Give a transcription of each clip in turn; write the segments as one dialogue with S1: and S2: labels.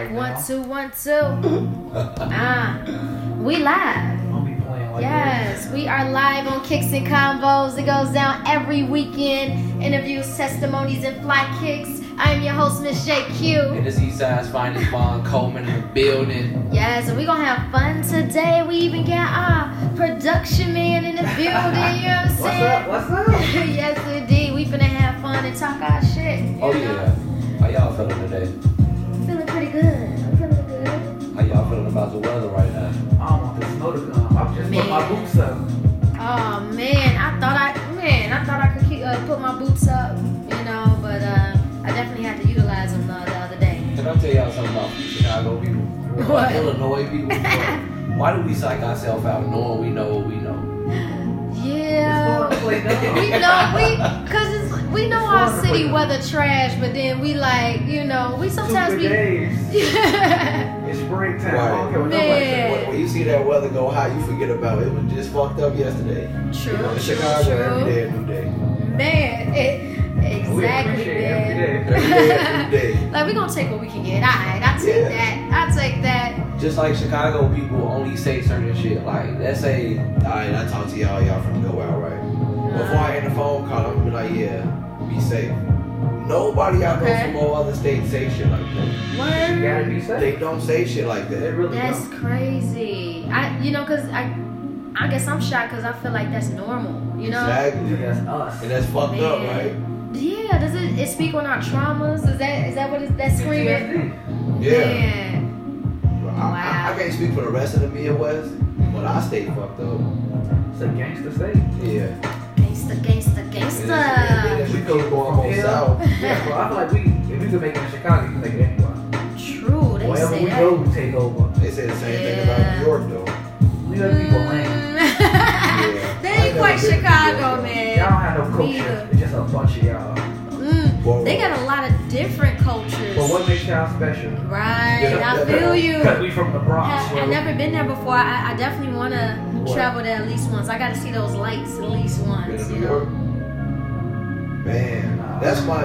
S1: One, two, one, two. ah, we live.
S2: I'll be playing Mm-hmm. like
S1: Yes, we are live on Kicks and Combos. It goes down every weekend. Interviews, testimonies, and fly kicks. I am your host, Miss Shay
S2: this.
S1: Q.
S2: It is Eastside's finest Von Coleman in the building.
S1: Yes, and we're gonna have fun today. We even got our production man in the building. You know what I'm saying?
S2: What's up?
S1: yes, indeed. We finna have fun and talk our shit. you
S2: Oh
S1: know?
S2: yeah. How y'all feeling today?
S1: Feeling pretty good. I'm feeling good.
S2: How y'all feeling about the weather right now?
S3: I don't want the snow to come. I'm just uh, putting my
S1: Man.
S3: boots up.
S1: Oh man, I thought I man, I thought I could keep, uh, put my boots up, you know, but uh, I definitely had to utilize them uh, the other day.
S2: Can I tell y'all something about Chicago people?
S1: What?
S2: Illinois people? Why do we psych ourselves out knowing we know what we know?
S1: Yeah.
S3: It's going to play dumb.
S1: We know we, cause it's, we know our
S3: Florida,
S1: city
S3: but-
S1: weather trash, but then we like, you know, we sometimes
S3: Stupid
S1: we.
S3: days.
S1: Yeah.
S3: It's springtime. I
S4: Right.
S3: don't care what nobody
S1: Man.
S3: says.
S4: When, when you see that weather go high, you forget about it. It was just fucked up yesterday.
S1: True.
S4: You know, in
S1: True.
S4: Chicago, every
S1: True.
S4: day, a new day.
S1: Man, it,
S3: We
S1: exactly,
S3: appreciate
S1: man.
S3: every
S4: Every
S3: day.
S4: day, a new day.
S1: Like we gonna take what we can get. Alright, I take
S4: Yeah.
S1: that. I take that.
S2: Just like Chicago people only say certain shit. Like let's say
S4: Alright, I talk to y'all. Y'all from go out, right? Before I end the phone call, I'm gonna be like, yeah, be safe. Nobody I know
S1: Okay.
S4: from all other states say shit like that.
S3: You gotta
S1: Word.
S3: be safe.
S4: They don't say shit like
S3: They
S4: that.
S3: really
S1: That's
S3: don't.
S1: crazy. I you know cause I I guess I'm shocked cause I feel like that's normal. You know.
S3: Because
S4: Exactly.
S3: That's us.
S4: And that's fucked up, right?
S1: Man. Yeah. Does it, it speak on our traumas? Is that is that what it, that's screaming?
S3: PTSD.
S4: Yeah.
S1: Man.
S4: I, I, I can't speak for the rest of the Midwest, but I stay fucked up.
S3: It's a gangster state.
S4: Yeah.
S1: Gangsta, gangsta, gangsta.
S4: We could go up on
S3: Yeah.
S4: south.
S3: Yeah, bro. I feel like we, if we could make it in Chicago, you can make it anywhere.
S1: True. They
S3: Wherever
S1: say
S3: we
S1: that.
S3: go, we take over.
S4: They say the same thing about
S1: Yeah.
S4: New York though.
S3: We let people land.
S1: Mm. they ain't quite Chicago,
S3: Y'all don't
S1: man.
S3: have no
S1: Me
S3: culture.
S1: either.
S3: It's just a bunch of y'all.
S1: Mm.
S4: Whoa.
S1: They got a lot of different cultures.
S3: But what makes y'all special?
S1: Right, I feel you.
S3: Because we from the Bronx.
S1: I,
S3: where
S1: I've never been there before. I, I definitely want to
S3: What?
S1: travel there at least once. I got to see those lights at least
S4: Been
S1: once.
S4: to
S1: You
S4: New York?
S1: know,
S4: Man, that's my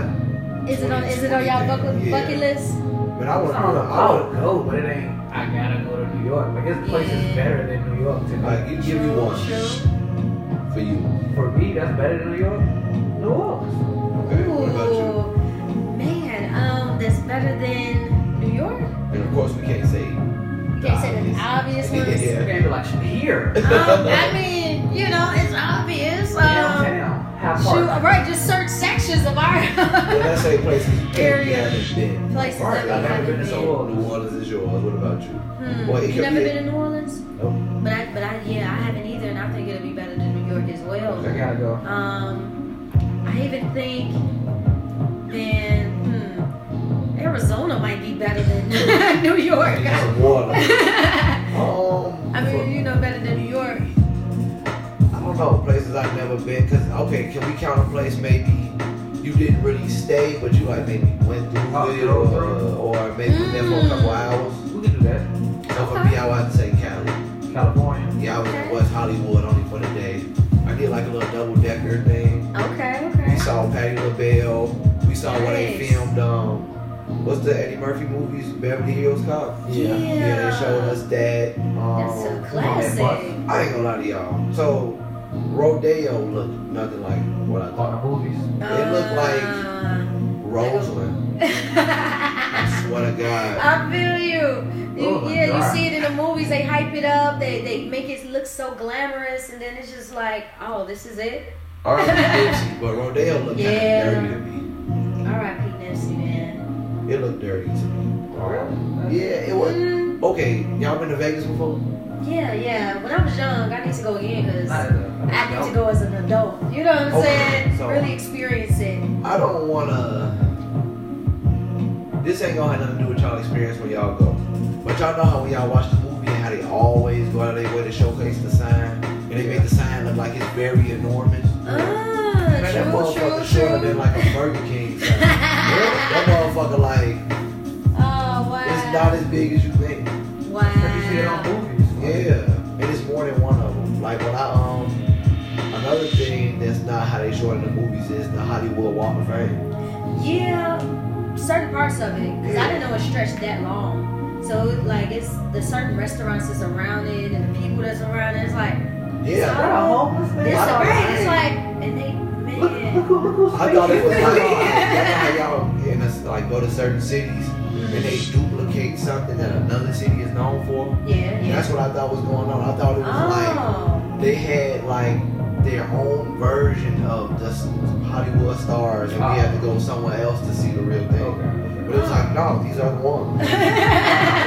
S1: is it on? Is it on y'all bucket,
S4: Yeah.
S1: bucket list?
S4: man. I want
S3: I don't know.
S4: to. I
S3: I would
S4: want
S3: go, but it ain't. I gotta go to New York. Like this place
S1: Yeah.
S3: is better than New York to
S4: to.
S3: me.
S4: Like, you give me
S1: True,
S4: one
S1: true.
S4: for you.
S3: for me, that's better than New York. New Orleans.
S4: Okay. What about you?
S1: Ooh, man, um, that's better than New York.
S4: And of course, we can't say.
S1: Can't say the obvious ones.
S3: You
S4: Yeah.
S3: can't be like here.
S1: Um, I mean, you know, it's obvious. Um,
S3: Downtown. Half
S1: shoot,
S3: park.
S1: right? Just search sections of our
S4: Well, let's say places you
S1: Area.
S4: haven't been.
S1: places
S3: Right,
S1: that
S3: I've
S1: we haven't
S3: never been to
S1: been.
S3: so
S4: New Orleans is yours. What about you?
S1: Hmm.
S4: Well, it
S1: you
S4: could
S1: never
S4: be-
S1: been to New Orleans?
S4: Nope.
S1: But I, but I, yeah, I haven't either, and I think it'll be better than New York as well.
S3: I gotta go.
S1: Um, I even think then hmm, Arizona might be better than New York.
S4: You need some water.
S1: I
S4: Um,
S1: mean, you know, better than New York.
S4: I don't know places I've never been. Cause okay, can we count a place maybe you didn't really stay, but you like maybe went through
S3: Oh,
S4: it,
S3: drove
S4: or, or maybe you there for a couple
S1: Mm.
S4: hours.
S3: We can do that.
S4: So for me, I would say Cali.
S3: California.
S4: Yeah, I was in West Hollywood only for the day. I did like a little double decker thing.
S1: Okay,
S4: We
S1: okay.
S4: saw Patti LaBelle. We saw where they
S1: Nice.
S4: filmed um, what's the Eddie Murphy movies, Beverly Hills Cop.
S1: Yeah.
S4: yeah, they showed us that.
S1: That's so
S4: Um,
S1: classic.
S4: I ain't gonna lie to y'all. So Rodeo looked nothing like what I
S3: On
S4: thought.
S3: the movies.
S4: It looked like
S1: Uh,
S4: Roseland. I swear to God.
S1: I feel you. you
S3: Oh my
S1: yeah,
S3: God.
S1: you see it in the movies. They hype it up. They they make it look so glamorous, and then it's just like, oh, this is it.
S4: R.I.P. Dipsy, but Rodeo looked
S1: Yeah.
S4: kind of dirty to me.
S1: R.I.P. Nipsey, man.
S4: It looked dirty to me.
S3: Really?
S4: Yeah, it was.
S1: Mm,
S4: Okay, y'all been to Vegas before?
S1: yeah, yeah. When I was young, I need to go again because
S3: Not
S1: I
S3: as a-
S1: need to go as an adult. You know what I'm
S4: Okay,
S1: saying?
S4: so-
S1: really experience it.
S4: I don't wanna. This ain't gonna have nothing to do with y'all experience when y'all go. But y'all know how when y'all watch the movie and how they always go out of their way to showcase the sign and they make the sign look like it's very enormous.
S1: Ah,
S4: Man, that
S1: true,
S4: motherfucker shorter
S1: true,
S4: than
S1: true.
S4: like a Burger King sign. that motherfucker like
S1: oh
S4: it's
S1: wow!
S4: not as big as you think.
S3: But you see it on
S1: Wow.
S3: movies.
S4: Yeah, and it's more than one of them. Like when I um another thing that's not how they show it in the movies is the Hollywood Walk of Fame.
S1: Yeah. certain parts of it because I didn't know it stretched that long. So it, like it's the certain restaurants that's around it and the people that's around it. It's like
S4: Yeah.
S5: Not a homeless man.
S1: it's
S4: I
S1: a
S4: don't
S1: great. It's
S4: know.
S1: like and they
S5: Look, look,
S1: man.
S5: who- look who's
S4: I thought it was I thought- I
S5: speaking.
S4: thought how y'all in us like go to certain cities and they duplicate something that another city is known for.
S1: Yeah,
S4: And
S1: yeah.
S4: that's what I thought was going on. I thought it was like
S1: Oh,
S4: they had like their own version of the Hollywood stars and
S3: Oh.
S4: we had to go somewhere else to see the real thing.
S3: Okay.
S4: But it was like, no, these are the ones.
S1: Oh.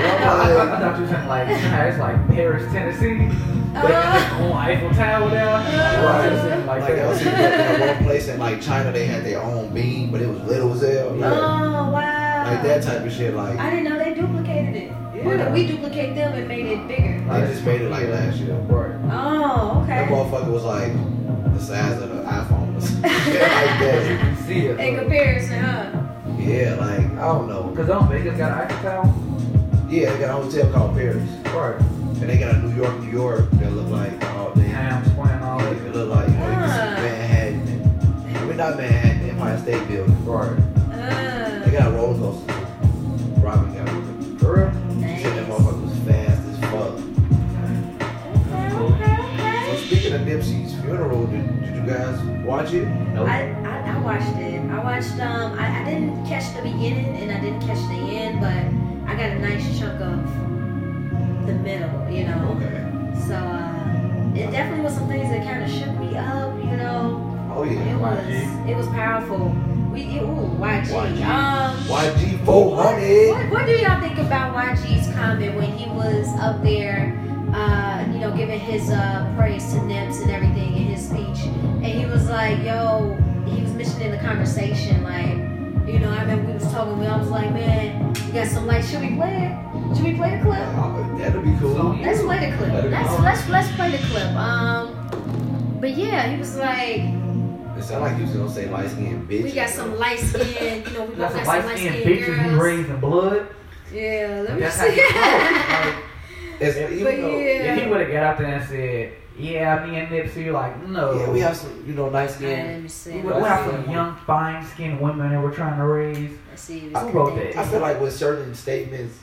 S4: And
S3: I,
S4: I'm like,
S3: I, I thought you were saying like, nah, it's like Paris, Tennessee. They got
S1: Uh.
S3: their own Eiffel Tower there.
S1: Uh.
S3: It was just like
S4: Like I was in
S3: that.
S4: that one place in like China, they had their own bean, but it was little as hell.
S1: oh
S4: Like,
S1: wow.
S4: like that type of shit. Like
S1: I didn't know they duplicated it.
S3: Yeah.
S1: We duplicate them and made it bigger.
S4: they just made it like last year.
S3: Right.
S1: Oh,
S4: That
S1: okay.
S4: motherfucker was like the size of an iPhone. Shit like that.
S3: You see it.
S1: In comparison, huh?
S4: Yeah, like I don't know.
S3: Because um, Vegas got an Eiffel Tower.
S4: Yeah, they got a hotel called Paris,
S3: Right.
S4: and they got a New York, New York that look like all damn.
S3: Times Square and all
S4: Like,
S3: that.
S4: it look like you know, you can
S1: Ah.
S4: see Manhattan. And, we're not Manhattan, Empire State Building.
S3: Right.
S4: They
S1: Uh,
S4: got a roller coaster. Robin got with them.
S3: For real?
S4: She said that
S1: Oh, nice.
S4: motherfucker was fast as fuck. So speaking of Nipsey's funeral, did, did you guys watch it?
S3: Nope.
S1: I, I, I watched it. I watched um I, I didn't catch the beginning and I didn't catch the end, but I got a nice chunk of the middle, you know.
S4: Okay.
S1: So uh, it definitely was some things that kind of shook me up, you know.
S4: Oh
S1: It
S4: yeah.
S1: was it was powerful. We it, ooh YG.
S4: YG.
S1: Um,
S4: YG 400.
S1: What, what do y'all think about YG's comment when he was up there, uh, you know, giving his uh, praise to Nips and everything in his speech? And he was like, yo, he was mentioning the conversation, like, you know, I remember we was talking, we I was like, man, you got some like, should we play it? Should we play the clip?
S4: Oh, that'll be cool.
S1: Let's play the clip. Let's let's let's play the clip. Um, but yeah, he was like,
S4: It sounded like you was gonna say light skinned bitch.
S1: we got some light skin, you know, we both
S3: That's
S1: got
S3: some
S1: some
S3: light
S1: light
S3: skinned
S1: skin
S3: bitches we
S1: girls.
S3: raised in blood.
S1: Yeah, let me
S3: That's how you
S1: see.
S3: talk. Like,
S4: It's,
S3: But
S4: even though,
S1: yeah.
S4: yeah.
S3: If he would have got out there and said, "Yeah, me and Nipsey," you're like, "No."
S4: we have some, you know, light skinned.
S1: Let me see.
S3: We have some young, fine-skinned women that we're trying to raise.
S1: Let's see.
S3: Who wrote that?
S4: I feel like with certain statements,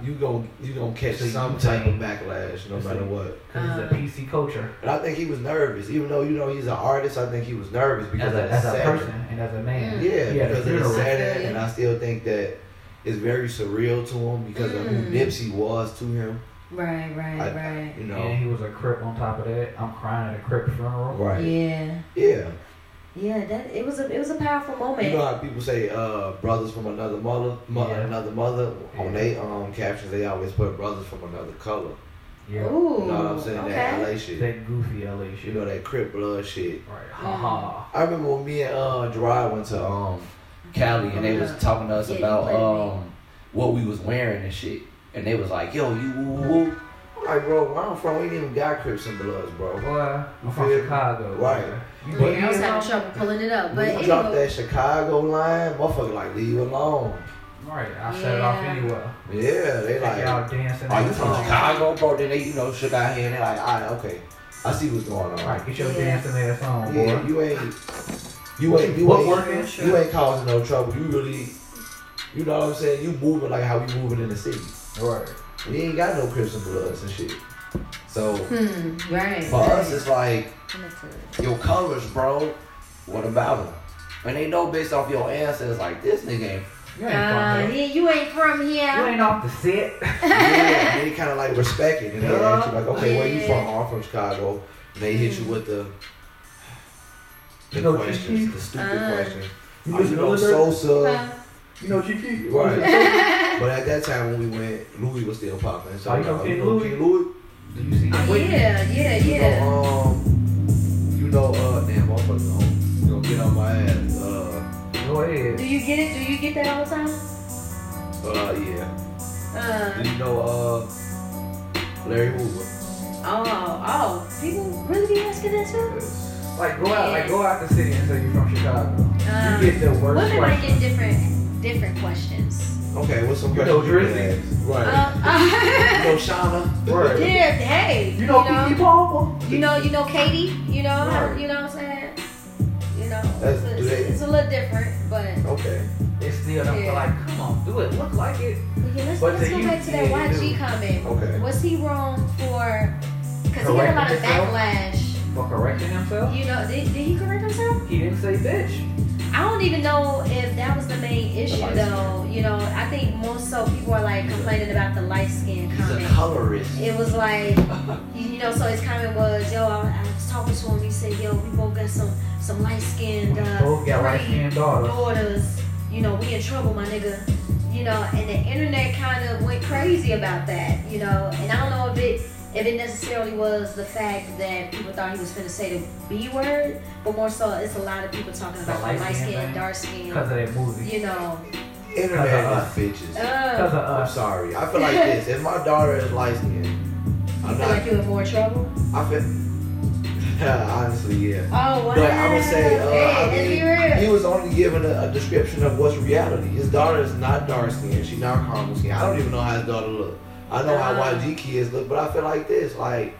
S4: you gon' you gonna catch
S3: See,
S4: some
S3: you
S4: type of
S3: think-
S4: backlash, no
S3: You
S4: matter
S3: see.
S4: what.
S3: Because
S1: Uh.
S3: it's a PC culture
S4: But I think he was nervous, even though you know he's an artist. I think he was nervous because
S3: as a,
S4: of
S3: as
S4: that
S3: a
S4: Saturday.
S3: person and as a
S1: Mm.
S3: man.
S4: Yeah,
S3: Yeah,
S4: because
S3: the
S4: it is
S3: funeral.
S4: sad, and I still think that it's very surreal to him because of who
S1: Mm.
S4: Nipsey was to him.
S1: Right, right,
S4: I-
S1: right.
S4: You
S3: And
S4: know,
S3: he was a crip on top of that. I'm crying at a crip funeral.
S4: right?
S1: Yeah,
S4: Yeah.
S1: yeah. That it was a it was a powerful
S4: You
S1: moment.
S4: know how people say uh, brothers from another mother, mo-
S3: Yeah.
S4: another mother. On
S3: Yeah.
S4: they um captions, they always put brothers from another color.
S3: Yeah.
S1: Ooh,
S4: You know what I'm saying? That
S1: okay.
S4: LA shit.
S3: That goofy LA
S4: You
S3: shit.
S4: know that crip blood shit.
S3: Right. Ha ha.
S4: I remember when me and uh, Gerard went to um Cali and they was
S1: Yeah.
S2: talking to us
S1: Yeah, you
S2: about
S1: played me.
S2: um what we was wearing and shit. And they was like, yo, you woo woo woo.
S4: like, bro, where I'm from, we ain't even got crips and bloods, bro.
S3: Boy, I'm from
S4: feel-
S3: Chicago.
S4: Right.
S3: brother. You
S1: Yeah,
S3: been
S1: I was
S3: here
S1: having
S3: long?
S1: trouble pulling it up,
S4: When
S1: but
S4: you drop
S1: anyway.
S4: that Chicago line, motherfucker, like leave alone.
S3: Right. I set it off
S1: Yeah.
S3: anywhere.
S4: Yeah, they
S3: Like,
S4: like.
S3: y'all dancing.
S4: Are
S3: and
S4: you from
S3: song.
S4: Chicago, bro? Then they, you know, shook our hand. They're like, all right, okay, I see what's going on.
S3: Right. Get your
S1: Yeah.
S3: dancing ass on, boy.
S4: Yeah, you ain't, you ain't, you
S3: What
S4: ain't,
S3: working?
S4: you ain't causing no trouble. You really, you know what I'm saying? You moving like how we moving in the city.
S3: Right.
S4: We ain't got no Crips and Bloods and shit. So
S1: Hmm. Right.
S4: for us, it's like
S1: right.
S2: Your colors, bro. What about them? And they know based off your ancestors, like this nigga ain't.
S3: You ain't
S1: Uh,
S3: from here.
S1: yeah, you ain't from
S3: You
S1: here.
S3: ain't off the set.
S4: yeah, they kind of like respect it, and they ask you like, okay, where you from?
S1: Yeah.
S4: Oh, I'm from Chicago. And they hit you with the the
S3: You know,
S4: questions, the stupid
S1: Uh.
S4: questions.
S3: You
S4: Are you
S3: know
S4: know
S3: Sosa?
S4: Sosa?
S1: Huh?
S3: You know GP.
S4: Right. but at that time when we went, Louis was still popping. So
S3: Oh, you know
S4: uh,
S3: King Louis?
S4: King Louis?
S3: Do you see?
S1: Oh, yeah, yeah,
S4: You
S1: yeah.
S4: know, um, you know, uh, damn, motherfucker, don't, don't get on my ass. Uh,
S3: Go ahead.
S1: Do you get it? Do you get that all the time?
S4: uh, yeah.
S1: Uh,
S4: Do you know, uh, Larry Hoover?
S1: oh, oh. People really be asking that too?
S3: Like go out, like go out the city and say you're from Chicago.
S1: Um,
S3: you get the worst
S1: women might
S3: question.
S1: get different different questions.
S4: Okay, what's some
S3: You know
S4: questions you can
S3: Drizzy?
S4: ask? Right.
S1: Uh,
S4: you know Shauna?
S3: Word.
S1: Uh-huh. yeah, hey.
S3: You know Kiki Palmer.
S1: You know, you know Katie. You know, how-
S3: Right.
S1: you know what I'm saying. You know, it's,
S4: That's great.
S1: it's, it's a little different, but
S4: Okay.
S3: It's sincere enough
S1: Yeah.
S3: to like, come on, do it, look like it.
S1: Yeah, let's,
S3: But E
S1: let's
S3: then
S1: go
S3: you-
S1: back to that
S3: yeah, you
S1: YG
S3: do.
S1: comment.
S4: Okay.
S1: Was he wrong for? Because he had a lot of
S3: Correcting himself? Oh.
S1: backlash.
S3: For correcting himself,
S1: You know, did, did he correct himself?
S3: he didn't say bitch.
S1: I don't even know if that was the main issue
S2: light skin.
S1: though. You know, I think more so people are like complaining about the light skin
S4: He's a
S1: comment.
S4: colorist.
S1: It was like, you you know, so his comment was, yo, I, I was talking to him. He said, yo, we both got some some light skinned uh,
S3: Both got
S1: three
S3: light skinned daughters.
S1: daughters. You know, we in trouble, my nigga. You know, and the internet kind of went crazy about that. You know, and I don't know if it if it necessarily was the fact that people thought he was gonna say the B word, but more so it's a lot of people talking about
S3: The light
S1: light
S3: skin
S1: skin,
S3: thing?
S1: dark skin.
S3: Because of that movie.
S1: You know,
S4: Internet is bitches.
S3: Because
S1: uh,
S3: of
S4: I'm
S3: us.
S4: sorry. I feel like this. If my daughter is light skinned,
S1: you
S4: I'm
S1: feel like
S4: not.
S1: you in more trouble.
S4: I feel. Honestly, yeah.
S1: Oh wow!
S4: But I would say, uh,
S1: hey,
S4: I
S1: let's
S4: mean,
S1: be real.
S4: He was only given a, a description of what's reality. His daughter is not dark skinned. She's not caramel skinned. I don't even know how his daughter look. I know how
S1: Uh-huh.
S4: YG kids look, but I feel like this. Like,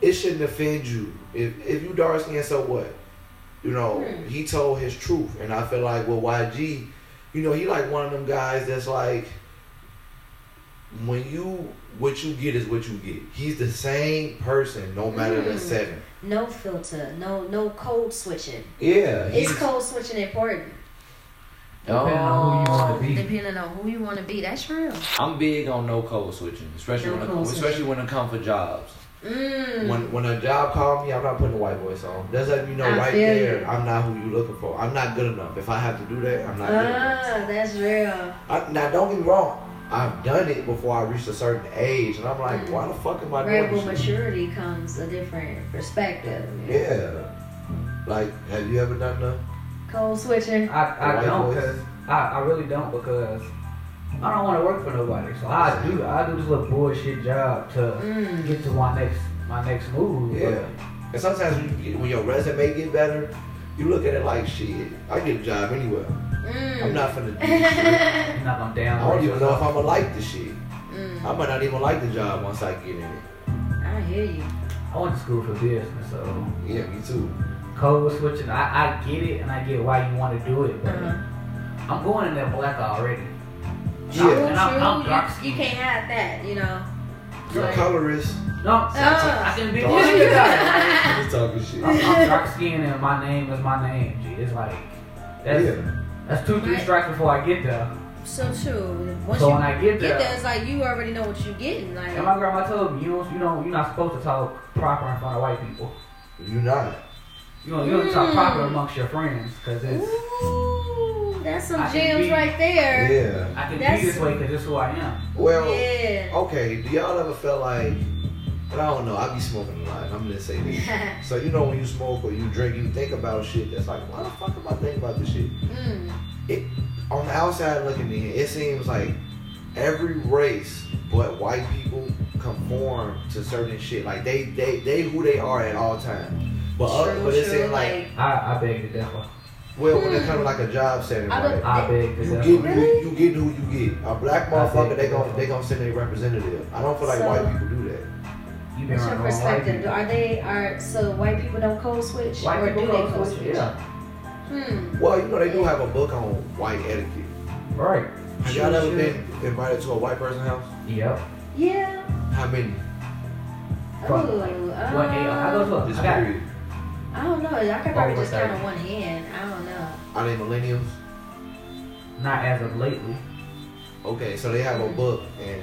S4: it shouldn't offend you. If, if you dark skinned, so what? You know,
S1: Hmm.
S4: he told his truth. And I feel like with YG, you know, he like one of them guys that's like, when you, what you get is what you get. He's the same person no matter
S1: Hmm.
S4: the setting.
S1: No filter, no no code switching.
S2: Yeah.
S1: Is
S2: he's-
S1: code switching important?
S3: Depending
S1: Oh.
S3: on who you want to be.
S1: Depending on who you want to be, that's real.
S2: I'm big on no code switching, especially
S1: No
S2: when
S1: code
S2: it, especially when it comes for jobs.
S1: Mm.
S4: When when a job called me, I'm not putting a white voice on. That's letting me know
S1: I
S4: right
S1: feel
S4: there,
S1: you.
S4: I'm not who you looking for. I'm not good enough. If I have to do that, I'm not good enough.
S1: ah, that's real.
S4: I, now, don't get me wrong. I've done it before I reached a certain age, and I'm like,
S1: Mm.
S4: why the fuck am I
S1: Where
S4: doing
S1: with
S4: this? shit?
S1: maturity comes a different perspective.
S4: Yeah. Like, have you ever done that?
S1: Code switching.
S3: I, I
S4: White
S3: don't
S4: boys.
S3: because I, I really don't because I don't want to work for nobody. So I do I do this little bullshit job to
S1: Mm.
S3: get to my next my next move. but
S4: Yeah. And sometimes when, you, when your resume get better, you look at it like, shit, I get a job anywhere.
S1: Mm.
S4: I'm not finna do this shit.
S3: I'm not gonna
S4: I
S3: download
S4: don't even know if
S3: yourself.
S4: I'ma like this shit.
S1: Mm.
S4: I might not even like the job once I get in it.
S1: I hear you.
S3: I went to school for business, so
S4: Yeah, me too.
S3: code switching. I, I get it and I get why you want to do it, but
S1: Uh-huh.
S3: I'm going in there black already.
S4: Yeah.
S1: True,
S3: And I'm- I'm
S1: true.
S3: dark-skinned.
S1: you, you can't have that, you know.
S4: You're a
S3: Like,
S4: colorist.
S3: no, I can be black.
S1: Ah.
S4: You talking shit.
S3: I'm, I'm dark skinned and my name is my name. G. It's like that's
S4: Yeah.
S3: that's two three
S1: Right.
S3: strikes before I get there.
S1: So true. Once
S3: so
S1: you
S3: when I get
S1: get
S3: there,
S1: there, it's like you already know what you're getting. Like,
S3: And my grandma told me, you don't, you don't, you're not supposed to talk proper in front of white people.
S4: You not.
S3: You don't, you don't talk
S1: Mm.
S3: proper amongst your friends, cause it's,
S1: ooh, that's some
S3: I can
S1: gems
S3: be-
S1: right there.
S4: Yeah.
S3: I can
S1: That's-
S3: be this way, cause it's who I am.
S4: Well,
S1: Yeah.
S4: okay. Do y'all ever feel like? But I don't know. I be smoking a lot. I'm gonna say this. So you know when you smoke or you drink, you think about shit that's like, why the fuck am I thinking about this shit?
S1: mm.
S4: On the outside looking in, it seems like every race but white people conform to certain shit. Like they they they who they are at all times. But other,
S1: True,
S4: but
S1: true,
S4: it
S1: hmm.
S4: seems like,
S3: I, I beg to differ.
S4: well when it comes to like a job setting,
S1: I don't-
S4: right?
S3: I beg to
S4: You
S3: differ.
S4: get who
S1: Really?
S4: you get who you get. A black motherfucker, they gon' they gonna send their representative. I don't feel like
S1: So-
S4: white people do that.
S3: You been
S1: What's your
S3: around the wrong white
S1: perspective?
S3: people.
S1: Are they are so white people don't code switch
S3: White
S1: or
S3: people
S1: do they
S3: code
S1: code
S3: switch,
S1: switch?
S3: yeah,
S1: Hmm.
S4: Well, you know they do have a book on white etiquette.
S3: right.
S4: Have
S3: Sure,
S4: y'all ever
S3: sure.
S4: been invited to a white person's house?
S3: Yep.
S1: Yeah.
S4: How many?
S3: Fuck,
S1: Ooh,
S3: like,
S1: uh,
S3: What hell? I go to
S4: This
S3: I got,
S4: period.
S1: I don't know. I could probably
S3: Over
S1: just count on
S3: thirty.
S1: one hand. I don't know.
S4: Are they millennials?
S3: not as of lately.
S4: Okay, so they have a book and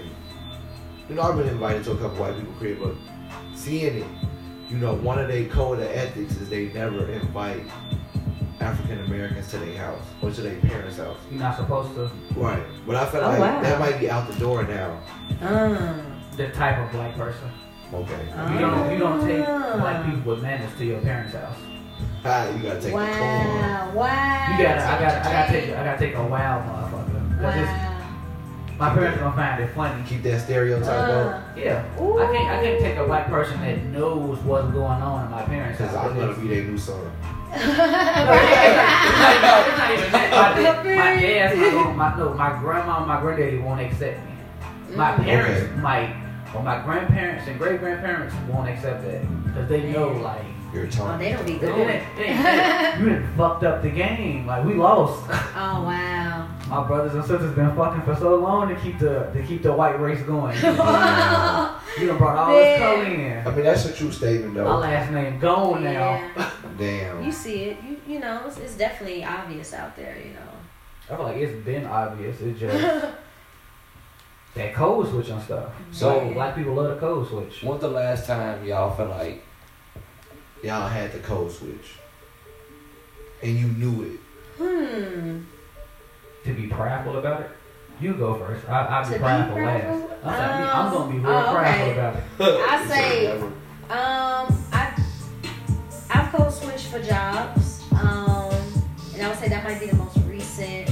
S4: you know I've been invited to a couple white people crib, but seeing it, you know, one of their code of ethics is they never invite African Americans to their house or to their parents' house.
S3: You're not supposed to.
S4: Right. But I feel
S1: Oh,
S4: like
S1: wow.
S4: that might be out the door now.
S1: Um.
S3: The type of black person.
S4: Okay.
S1: Ah.
S3: You don't, you don't take black people with manners to your parents' house.
S4: Ah, you gotta take the cold one.
S1: Um, Wow. Wow.
S3: You gotta, I gotta, I gotta
S1: Change.
S3: take, I gotta take a wild motherfucker. 'Cause it's-
S1: Wow.
S3: My parents gonna find it funny.
S4: Keep that stereotype up.
S1: Uh,
S3: Yeah.
S1: ooh.
S3: I can't I can't take a black person that knows what's going on in my parents' house.
S4: Cause I'm gonna be their new son.
S1: right.
S3: It's not even that. My, dad- my dad's not gonna- my no, my grandma and my granddaddy won't accept me. My
S1: Mm.
S3: parents
S4: Okay.
S3: might, but my grandparents and great grandparents won't accept that because they know like
S4: You're
S1: Oh,
S4: Tony.
S1: they don't be
S3: they
S1: going.
S3: didn't, they didn't, you done fucked up the game. Like we lost.
S1: Oh wow.
S3: my brothers and sisters been fucking for so long to keep the to keep the white race going. you done brought all this color in.
S4: I mean, that's a true statement,
S3: My
S4: though.
S3: last name gone now.
S1: Yeah.
S4: Damn.
S1: You see it. You you know, it's, it's definitely obvious out there, you know.
S3: I feel like it's been obvious. It's just that code switch and stuff.
S2: So-
S3: black people love the code switch.
S2: When's the last time y'all felt like
S4: Y'all had the code switch. And you knew it.
S1: hmm.
S3: To be prideful about it, you go first. I, I'll
S1: To
S3: be
S1: be
S3: prideful last.
S1: prideful?
S3: I said, I'm- I'm gonna be real
S1: Oh, okay.
S3: prideful about it.
S1: I say-
S4: It's like,
S1: Um, I I code switch for jobs. Um, and I would say that might be the most recent.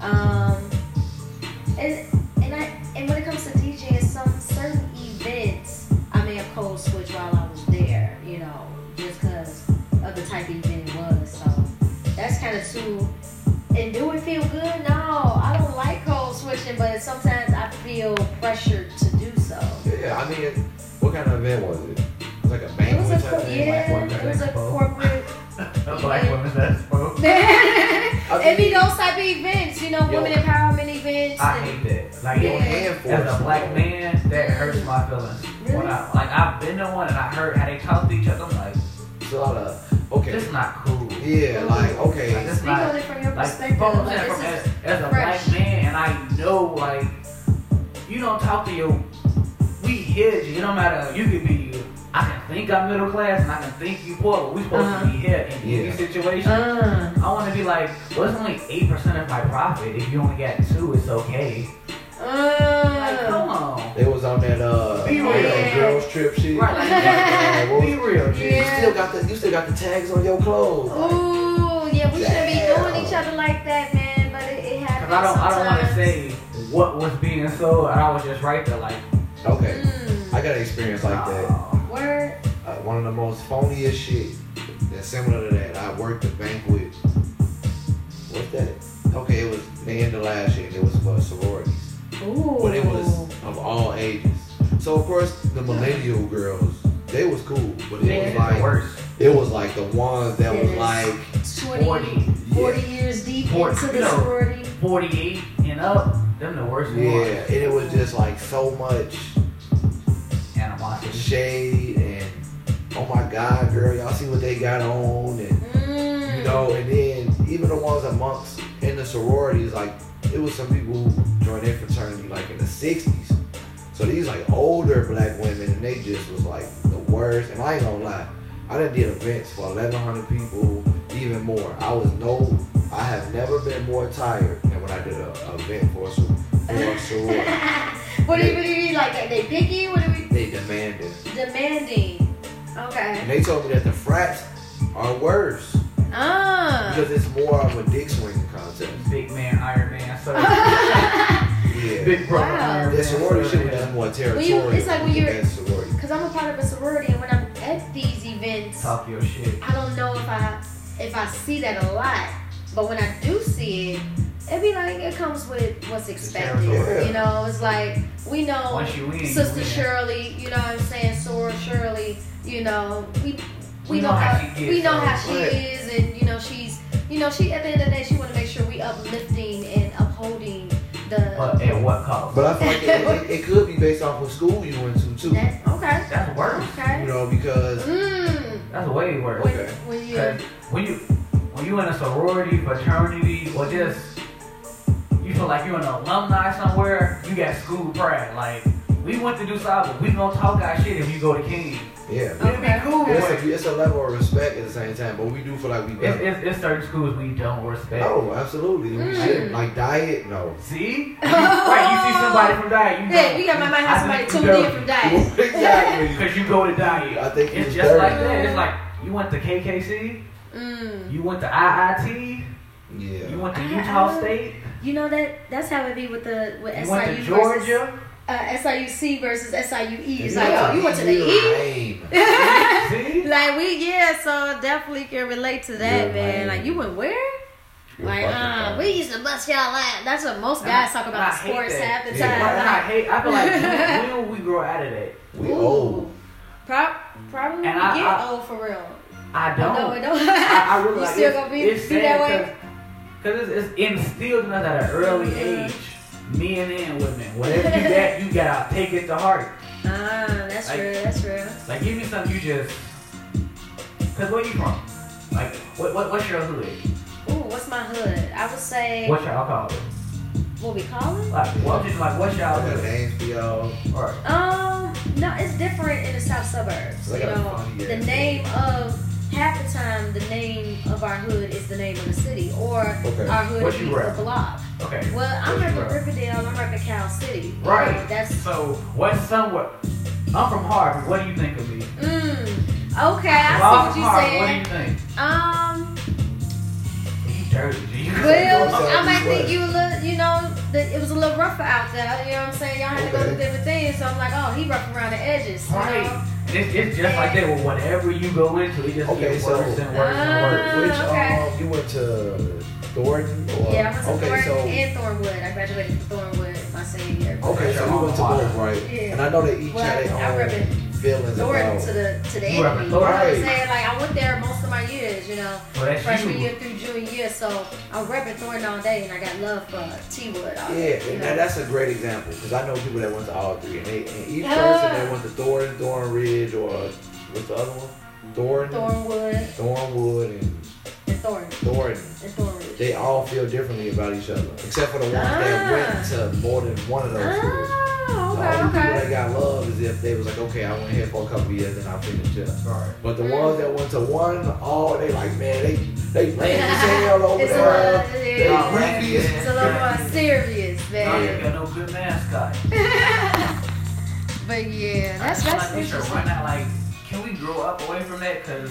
S1: Um, and and I and when it comes to DJing, some certain events I may have code switch while I was there. You know, just because of the type of event it was. So that's kind of too. And do it feel good? No, I don't like code switching, but sometimes I feel pressured to do so.
S4: Yeah, I mean, what kind of event was it? It was like a
S1: It was
S4: banquet
S1: a
S4: type
S1: co-
S4: thing. like
S1: yeah,
S4: one
S1: it
S4: night.
S1: was a
S3: Expo.
S1: corporate
S3: A black woman's that's spoke.
S1: it be those type of events, you know,
S4: Yo.
S1: women empowerment events.
S3: I
S1: and-
S3: hate that. Like
S1: Yeah.
S4: Your hand for
S3: as
S4: it.
S3: a black man, that hurts my feelings. When I, like I've been to one and I heard how they talk to each other. I'm like,
S4: It's a lot of okay.
S3: this not cool.
S4: Yeah, like
S3: Like,
S4: okay.
S3: this
S1: Speak
S3: not
S1: on it from your
S3: Like,
S1: perspective.
S3: from,
S1: like,
S3: yeah, from
S1: this
S3: as,
S1: is
S3: as a
S1: fresh.
S3: black man, and I know, like, you don't talk to your. We here, G. It don't matter. You could be. I can think I'm middle class, and I can think you poor, but we supposed
S1: Uh-huh.
S3: to be here in any
S4: Yeah.
S3: situation.
S1: Uh,
S3: I want to be like, well, it's only eight percent of my profit. If you only got two, it's okay. Like,
S1: uh,
S3: come on.
S4: It was on that uh
S3: Be
S4: you
S3: real.
S4: know, girls trip shit.
S3: Right.
S4: Yeah, what
S3: Like,
S4: was-
S3: be real, G.
S4: You
S1: Yeah.
S4: still got the you still got the tags on your clothes.
S1: ooh, yeah, we shouldn't be doing each other like that, man. But it, it happens.
S3: Cause I don't, I don't want to
S1: sometimes.
S3: say what was being sold, and I was just right there, like,
S4: Okay.
S1: Mm,
S4: I got an experience like that.
S3: "Aw."
S1: word.
S4: Uh, one of the most phoniest shit that's similar to that. I worked a banquet. What's that? Okay, it was the end of last year. and It was for sororities.
S1: Ooh.
S4: but it was of all ages. So of course the millennial girls, they was cool, but it
S3: Niggas
S4: was
S3: is
S4: like
S3: the worst.
S4: it was like the ones that was
S1: Yes.
S4: like
S1: 20, 40,
S3: Forty.
S1: years deep
S3: Forty,
S1: into the
S3: you know.
S1: sorority.
S3: 48 and up, them the worst
S4: yeah,
S3: ones.
S4: and it was just like so much
S3: Animosity.
S4: shade and oh my god, girl, y'all see what they got on and
S1: Mm.
S4: you know, and then even the ones amongst in the sororities, like it was some people who joined their fraternity like in the sixties. So these like older black women and they just was like the worst. And I ain't gonna lie, I done did events for eleven hundred people, even more. I was no, I have never been more tired than when I did a, a event for a, sor- for a sorority.
S1: what do you what do you mean like that? They picky? What are we
S4: They demanded,
S1: demanding? Okay.
S4: and they told me that the frats are worse
S1: Ah.
S4: because it's more of a dick swinging contest.
S3: Big man, Iron Man, sir.
S4: Yeah.
S3: Big brother,
S1: Wow.
S3: Iron Man.
S4: That sorority
S3: sir.
S4: shit was just more
S1: Well,
S4: territorial.
S1: you- it's like when
S4: than
S1: you're-
S4: that sorority.
S1: Cause I'm a part of a sorority, and when I'm at these events,
S3: Talk your shit.
S1: I don't know if I if I see that a lot. But when I do see it, it be like it comes with what's expected.
S4: territory.
S1: You know, it's like we know
S3: Once you win,
S1: Sister
S3: you win.
S1: Shirley. You know what I'm saying, Sora Shirley. You know, we we
S3: We
S1: know
S3: know how
S1: how
S3: she
S1: we
S3: gets,
S1: know
S3: so
S1: how she
S4: what?
S1: is, and you know she's you know she at the end of the day she want to make sure we uplifting and upholding the.
S3: But at what cost?
S4: But I feel like it, it, it could be based off what school you went to too.
S1: that, okay.
S3: That's worse.
S4: You
S1: Okay.
S4: know, because
S1: Mm.
S3: That's way worse.
S1: When,
S4: Okay.
S1: when you.
S3: 'Cause When you when you in a sorority, fraternity, or just you feel like you're an alumni somewhere, you got school pride. Like we went to do something, we gonna talk our shit if you go to King.
S4: yeah,
S1: Okay.
S3: It'd be cool.
S4: it's
S3: but
S4: a, it's a level of respect at the same time. But we do feel like we
S3: It's,
S4: better.
S3: it's, it's certain schools we don't respect.
S4: No, absolutely, we
S1: Mm.
S4: should like diet. No,
S3: See? right, you see somebody from diet, you know.
S1: Hey, we got my mind have somebody tuned in from diet.
S4: exactly.
S3: Because you go to diet.
S4: I think
S3: it's
S4: it's
S3: just
S4: dirty.
S3: like that. It's like you went to KKC,
S1: Mm.
S3: you went to IIT, you
S4: Yeah,
S3: went to Utah State,
S1: You know that that's how it be with Uh-huh. the E with
S3: you
S1: SIU
S3: went to
S1: versus
S3: Georgia.
S1: uh, SIUC versus SIUE. It's
S4: Yeah,
S1: like oh, you went to the E.
S4: lame.
S3: See?
S1: Like we yeah, so definitely can relate to that,
S2: Yeah,
S1: man.
S2: like-
S1: Like you went where?
S2: You're
S1: like
S2: fucking
S1: uh,
S2: dumb.
S1: we used to bust y'all out. That's what most
S3: And
S1: guys
S3: I-
S1: talk
S3: and I
S1: about in
S3: hate
S1: sports
S3: that.
S1: half the
S4: Yeah.
S1: time.
S3: Like, and I
S1: Like,
S3: hate, I feel like when, when will we grow out of that?
S4: We
S1: ooh,
S4: old.
S1: Prob- probably when
S3: And
S1: we
S3: I-
S1: get
S3: I-
S1: old for real.
S3: I don't.
S1: No, it don't.
S3: I, I really
S1: you
S3: like
S1: still
S3: it's-
S1: gonna be
S3: it's
S1: be that
S3: sad
S1: way?
S3: 'cause Because it's, it's instilled in us at an early
S1: Mm-hmm.
S3: age. Men and women. Whatever you get, you gotta take it to heart.
S1: Ah, that's
S3: Like-
S1: real. That's real.
S3: Like, give me something you just. Because where you from? Like, what, what what's your hood?
S1: Ooh, what's my hood? I would say
S3: What's your alcohol?
S1: what we call it.
S3: Like, well, I'm just like, what's your
S4: I got
S3: hood?
S4: names for y'all.
S3: Or,
S1: Um, no, it's different in the south suburbs.
S4: Like
S1: you
S4: a
S1: know,
S4: funny
S1: the
S4: ass
S1: name of half the time the name of our hood is the name of the city, or
S4: Okay.
S1: our hood
S3: What
S1: is
S3: you
S1: the
S3: rap?
S1: block.
S3: okay.
S1: Well, I'm
S3: What you
S1: repping Riverdale. I'm repping Cal City.
S3: Right.
S1: That's
S3: So, what's somewhere. I'm from Harvard. What do you think of me?
S1: mm. Okay, I
S3: If I'm
S1: see what
S3: from Harvard,
S1: you're
S3: What do
S1: saying.
S3: you think?
S1: Um,
S3: You dirty, G.
S1: well, I
S4: South
S1: might think
S4: West.
S1: you a little, you know, that it was a little rougher out there. You know what I'm saying? Y'all had to go through
S4: Okay.
S1: different things, so I'm like, oh, he rough around the edges. you
S3: Right.
S1: know?
S3: It's, it's just like that with whatever you go into, it just
S4: Okay,
S3: gets
S4: so-
S3: worse and worse and worse.
S1: Ah,
S4: Which
S1: okay.
S4: um, you went to Thornton or
S1: Yeah, I went to
S4: okay,
S1: Thornton
S4: so
S1: and Thornwood. I graduated from Thornwood my senior year.
S4: okay, so we went to both, right?
S1: Yeah.
S4: And I know they each
S1: Well,
S4: had
S1: I
S4: their own
S1: repped
S4: feelings
S1: Thornton to
S4: about.
S1: the to the
S3: You were
S1: enemy.
S3: at
S1: You know what I'm
S4: Thornton.
S1: saying? Like I went there most of my years, you know,
S3: Well, that's
S1: freshman
S3: you.
S1: year through junior year. So I'm repping Thornton all day, and I got love for T Wood. all
S4: Yeah,
S1: day, you
S4: and
S1: know?
S4: that- that's a great example because I know people that went to all three, and, they, and each
S1: Yeah.
S4: person that went to Thornton, Thorn Ridge, or what's the other one? Thornton,
S1: Thornwood
S4: Thornwood, and
S1: and Thornton
S4: Thornton.
S1: and Thornridge.
S4: They all feel differently about each other, except for the ones that went to more than one of those schools.
S1: Oh,
S4: the only
S1: Ah. okay,
S4: people
S1: okay.
S4: that got love is if they was like, okay, I went here for a couple of years and I finished up.
S3: Sorry.
S4: But the
S1: Mm.
S4: ones that went to one, oh, they like, man, they they lame as hell over
S1: It's a
S4: there.
S1: little,
S4: They
S1: yeah,
S4: creepy as
S1: it's a little more serious,
S3: Now you
S1: man.
S3: got no good mascot.
S1: But yeah, that's
S3: That's
S1: that's
S3: like we should run
S1: interesting.
S3: out. Like, can we grow up away from that? Cause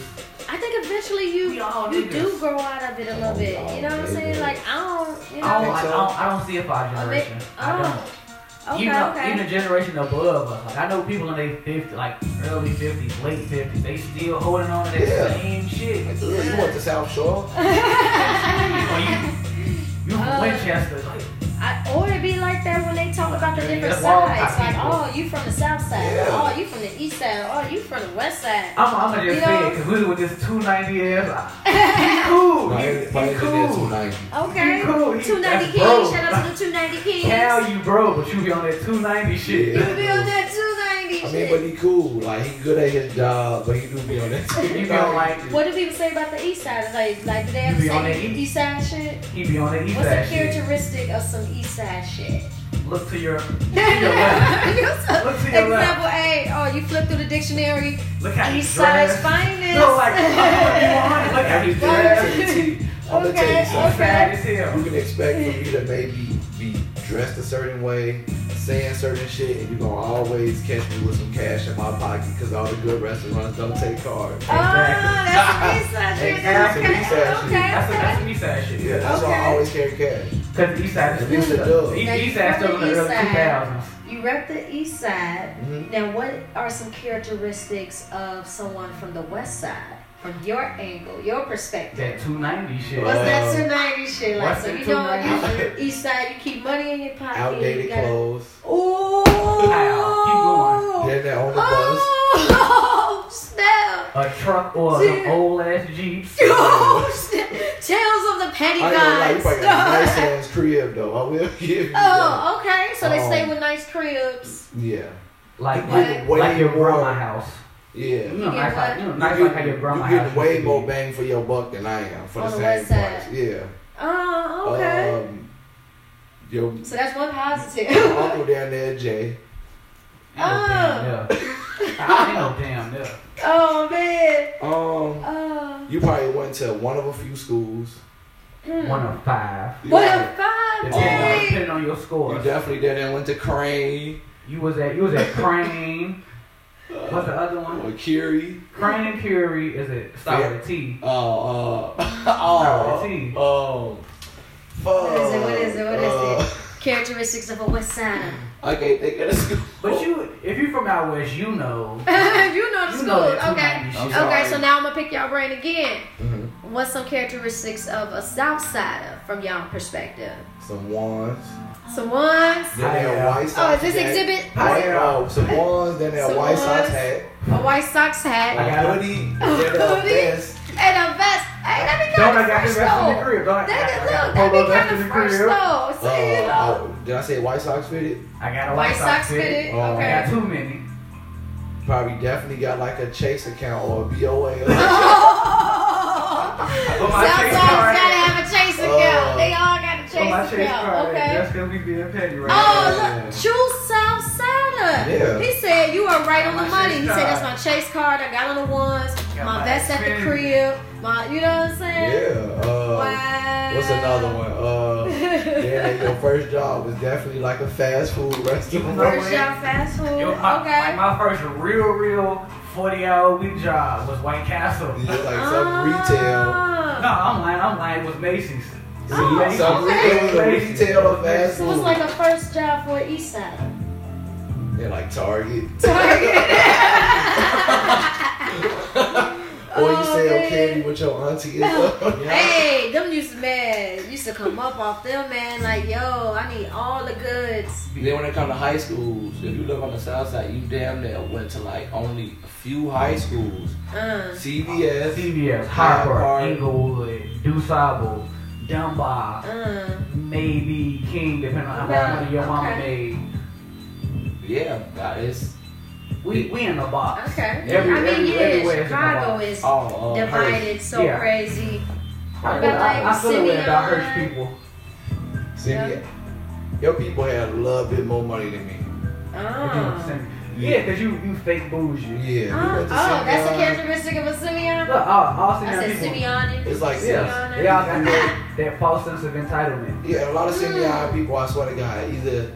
S1: I think eventually
S3: we
S1: you
S3: all
S1: you
S3: niggas.
S1: do grow out of it a little bit. You know what I'm saying? Like I don't, you
S3: I don't,
S1: know.
S3: I
S4: so.
S3: don't, I don't see it for our
S1: I mean,
S3: generation. I
S1: oh,
S3: don't.
S1: Okay,
S3: even,
S1: okay.
S3: even the generation above us. Like I know people in their 50s, like early 50s, late 50s, they still holding on to that
S4: Yeah.
S3: same shit.
S4: Like, look, you went to South Shore?
S3: Or you, you from
S1: Uh,
S3: Winchester, like,
S1: I, or it be like that when they talk about the
S3: Yeah,
S1: different
S3: that's why I
S1: sides. Like,
S3: people.
S1: oh, you from the south side.
S4: Yeah.
S1: Oh, you from the east side. Oh, you from the west side.
S3: I'm, I'm gonna just
S1: You
S3: say
S1: know-
S3: it because we was with this 290 ass. Oh, He cool.
S4: My,
S3: He,
S4: my
S3: he
S4: engineer's
S3: cool.
S4: 290.
S1: Okay.
S3: Oh, You cool. You-
S1: 290
S3: that's
S1: Kings.
S3: bro.
S1: Shout out to the 290 Kings.
S3: Hell, you bro, but you be on that 290 shit.
S1: you
S4: Yeah.
S1: be on that 290
S4: I mean,
S1: shit.
S4: but he cool. Like, he good at his job, but he do be on that.
S3: You be on like,
S1: what do people say about the east side? It's Like, like do they ever
S3: You be on
S1: say
S3: that east-
S1: east side shit?
S3: he be on the east
S1: What's
S3: side
S1: a
S3: shit.
S1: characteristic of some east side shit?
S3: Look to your, left.
S1: Example
S3: Look to your left.
S1: A, oh, you flip through the dictionary,
S3: look how he
S1: east side's
S3: dressed.
S1: finest.
S3: No, like, I'm gonna be honest, look how he dressed.
S4: I'm gonna tell you
S3: He's
S4: something.
S3: fat as hell.
S4: You can expect for me to maybe be dressed a certain way, saying certain shit, and you're gonna always catch me with some cash in my pocket because all the good restaurants don't take cards.
S1: Oh, that's some east side shit.
S4: Exactly.
S1: Okay,
S4: East side shit.
S1: okay,
S3: That's what
S1: okay.
S3: that's what East Side shit.
S4: Yeah, that's why I
S1: Okay.
S4: always carry cash.
S3: Cause the East Side,
S4: And these are dope.
S3: the East,
S1: Now, you
S3: East Side still in
S1: from
S3: the
S1: the
S3: early
S1: East Side.
S3: 2000s.
S1: You rep the east side.
S4: Mhm.
S1: Now, what are some characteristics of someone from the west side, from your angle, your perspective?
S3: That 290 shit.
S1: What's that
S4: Uh,
S1: 290 shit like?
S3: what's
S1: So
S3: the
S1: you know,
S3: 290?
S1: you, east side, you keep money in your pocket. you
S4: Outdated
S1: gotta-
S4: clothes.
S1: Ooh.
S3: Ow,
S4: They're they're on the bus.
S1: Oh, snap.
S3: A truck or
S1: Dude.
S3: an old ass Jeep.
S1: Oh, snap. Tales of the petty
S4: I ain't gonna lie, you probably got a nice
S1: guys.
S4: ass crib though. I will give you that.
S1: Oh, okay. So they
S4: Um,
S1: stay with nice cribs.
S4: Yeah.
S3: Like,
S4: You
S3: like,
S4: get way
S3: like your
S4: more-
S3: grandma house.
S4: Yeah.
S3: You know,
S1: get
S3: nice,
S1: what?
S3: like, you know,
S4: You
S3: nice like how your grandma
S4: you
S3: house.
S4: get way
S3: used to
S4: more
S3: be.
S4: bang for your buck than I am for the
S1: On the
S4: same
S1: west side.
S4: price. Yeah.
S1: Oh, okay.
S4: Um, your
S1: so that's one positive.
S4: uncle down there, Jay.
S3: I ain't no damn there. I ain't no damn there.
S1: oh, man.
S4: Um,
S1: Oh.
S4: you probably went to one of a few schools.
S1: Hmm.
S3: One of five.
S1: What
S4: Yeah.
S1: a five,
S3: Depending, on,
S1: Jay.
S3: depending on your
S4: You
S3: score.
S4: definitely down there went to Crane
S3: You was at you was at Crane. What's the
S4: uh,
S3: other one?
S4: or Curie.
S3: Crane and Curie is it start with a T.
S4: Uh, uh,
S3: Alright,
S4: oh,
S3: see.
S4: oh, fuck.
S1: What is it? What is it? What is
S4: Uh,
S1: Characteristics of a west side.
S4: I can't think of the school.
S3: But you if you from out west, you know.
S1: you know the
S3: You
S1: school.
S3: know that
S1: okay.
S3: 290
S4: I'm
S3: shit.
S4: sorry.
S1: Okay, so now I'm going to pick y'all brain again.
S4: Mhm.
S1: What's some characteristics of a South Sider from y'all perspective?
S4: Some ones.
S1: Some ones.
S4: Then they had
S3: Yeah.
S4: white
S1: Oh, is
S4: socks
S1: this
S4: hat.
S1: exhibit
S4: White, oh, some ones. Then they had
S1: Some
S4: white socks
S1: ones.
S4: hat,
S1: a white socks
S4: a
S1: hat
S3: got it.
S4: hoodie, then a
S1: Hoodie.
S4: vest.
S1: and a vest? Ain't that'd be
S3: Don't
S1: kind
S3: I
S1: of
S3: got
S1: fresh
S3: the rest of the
S1: though.
S3: crib? Don't I,
S1: That,
S3: I, I got
S1: look,
S3: the
S1: that'd
S3: polo
S1: be
S3: rest
S1: kind
S3: of Oh, the
S1: of fresh
S3: crib?
S1: though. So, you
S4: Uh,
S1: know.
S4: oh, did I say White Sox fitted?
S3: I got a
S1: White Sox fitted.
S4: Oh.
S3: I got
S1: Okay.
S3: too many.
S4: Probably definitely got like a Chase account or a BOA.
S3: But my
S1: South
S3: chase
S1: Sox
S3: card-
S1: gotta have a chase
S4: Oh.
S1: account. They all got a
S3: But my
S1: chase
S3: chase
S1: account.
S3: card,
S1: Okay.
S3: that's gonna be being petty right
S1: Oh,
S4: Yeah.
S1: look, choose South Sider.
S4: Yeah.
S1: He said you are right on the
S3: My
S1: money.
S3: chase
S1: He said that's
S3: card.
S1: my chase card. I got on the ones.
S3: Got
S1: My
S3: my
S1: vest at the
S3: Xfinity.
S1: crib. My, you know what I'm saying?
S4: Yeah. Uh,
S1: Wow.
S4: What's another one? Uh, yeah,
S1: First
S4: like, your first job was definitely like a fast food restaurant.
S3: know what?
S1: job fast food.
S3: Yo, my, like,
S1: okay.
S3: my first real, real 40 hour week job was White Castle.
S4: You did,
S3: no,
S4: like some retail.
S1: Ah.
S3: I'm lying. I'm lying. It was Macy's.
S1: Oh,
S3: Macy's.
S1: so
S4: it was a
S3: Macy's.
S4: retail of fast
S1: So it was like a first job for East Side.
S4: Yeah, like Target. or you
S1: Oh,
S4: sell
S1: man.
S4: candy with your auntie and stuff.
S1: Hey, them used to man used to come up off them man like yo, I need all the goods.
S2: Then when it comes to high schools, if you live on the south side, you damn near went to like only a few high schools.
S1: Uh,
S4: CVS. Hyde
S3: CVS, Harper,
S4: Park.
S3: Inglewood, DuSable, Dunbar,
S1: uh.
S3: maybe King, depending on how
S1: Yeah,
S3: much money your mama
S1: okay.
S3: made.
S2: Yeah, that is.
S3: We we in the box.
S1: Okay.
S3: Every-
S1: I mean,
S3: every-
S1: yeah,
S3: everywhere is
S1: Chicago
S3: Chicago.
S1: is
S2: Oh, uh, Hearst.
S1: divided so
S3: Yeah.
S1: crazy.
S3: I,
S1: But
S3: feel-
S1: like
S3: I feel the way about
S1: Simeon-
S3: Hirsch people.
S4: CVS. Your people had a little bit more money than me.
S1: Oh.
S3: Yeah, because you, you fake bougie.
S1: Oh,
S4: Yeah. we
S1: oh,
S4: went to
S1: that's a
S4: Simeon.
S1: characteristic of a Simeon.
S3: Look, all, all
S1: I
S3: Simeon
S1: said
S3: people.
S1: Simeon.
S4: It's like,
S3: Yeah,
S1: Simeon.
S3: they all got that, that false sense of entitlement.
S4: Yeah, a lot of senior
S1: Mm.
S4: high people, I swear to God, either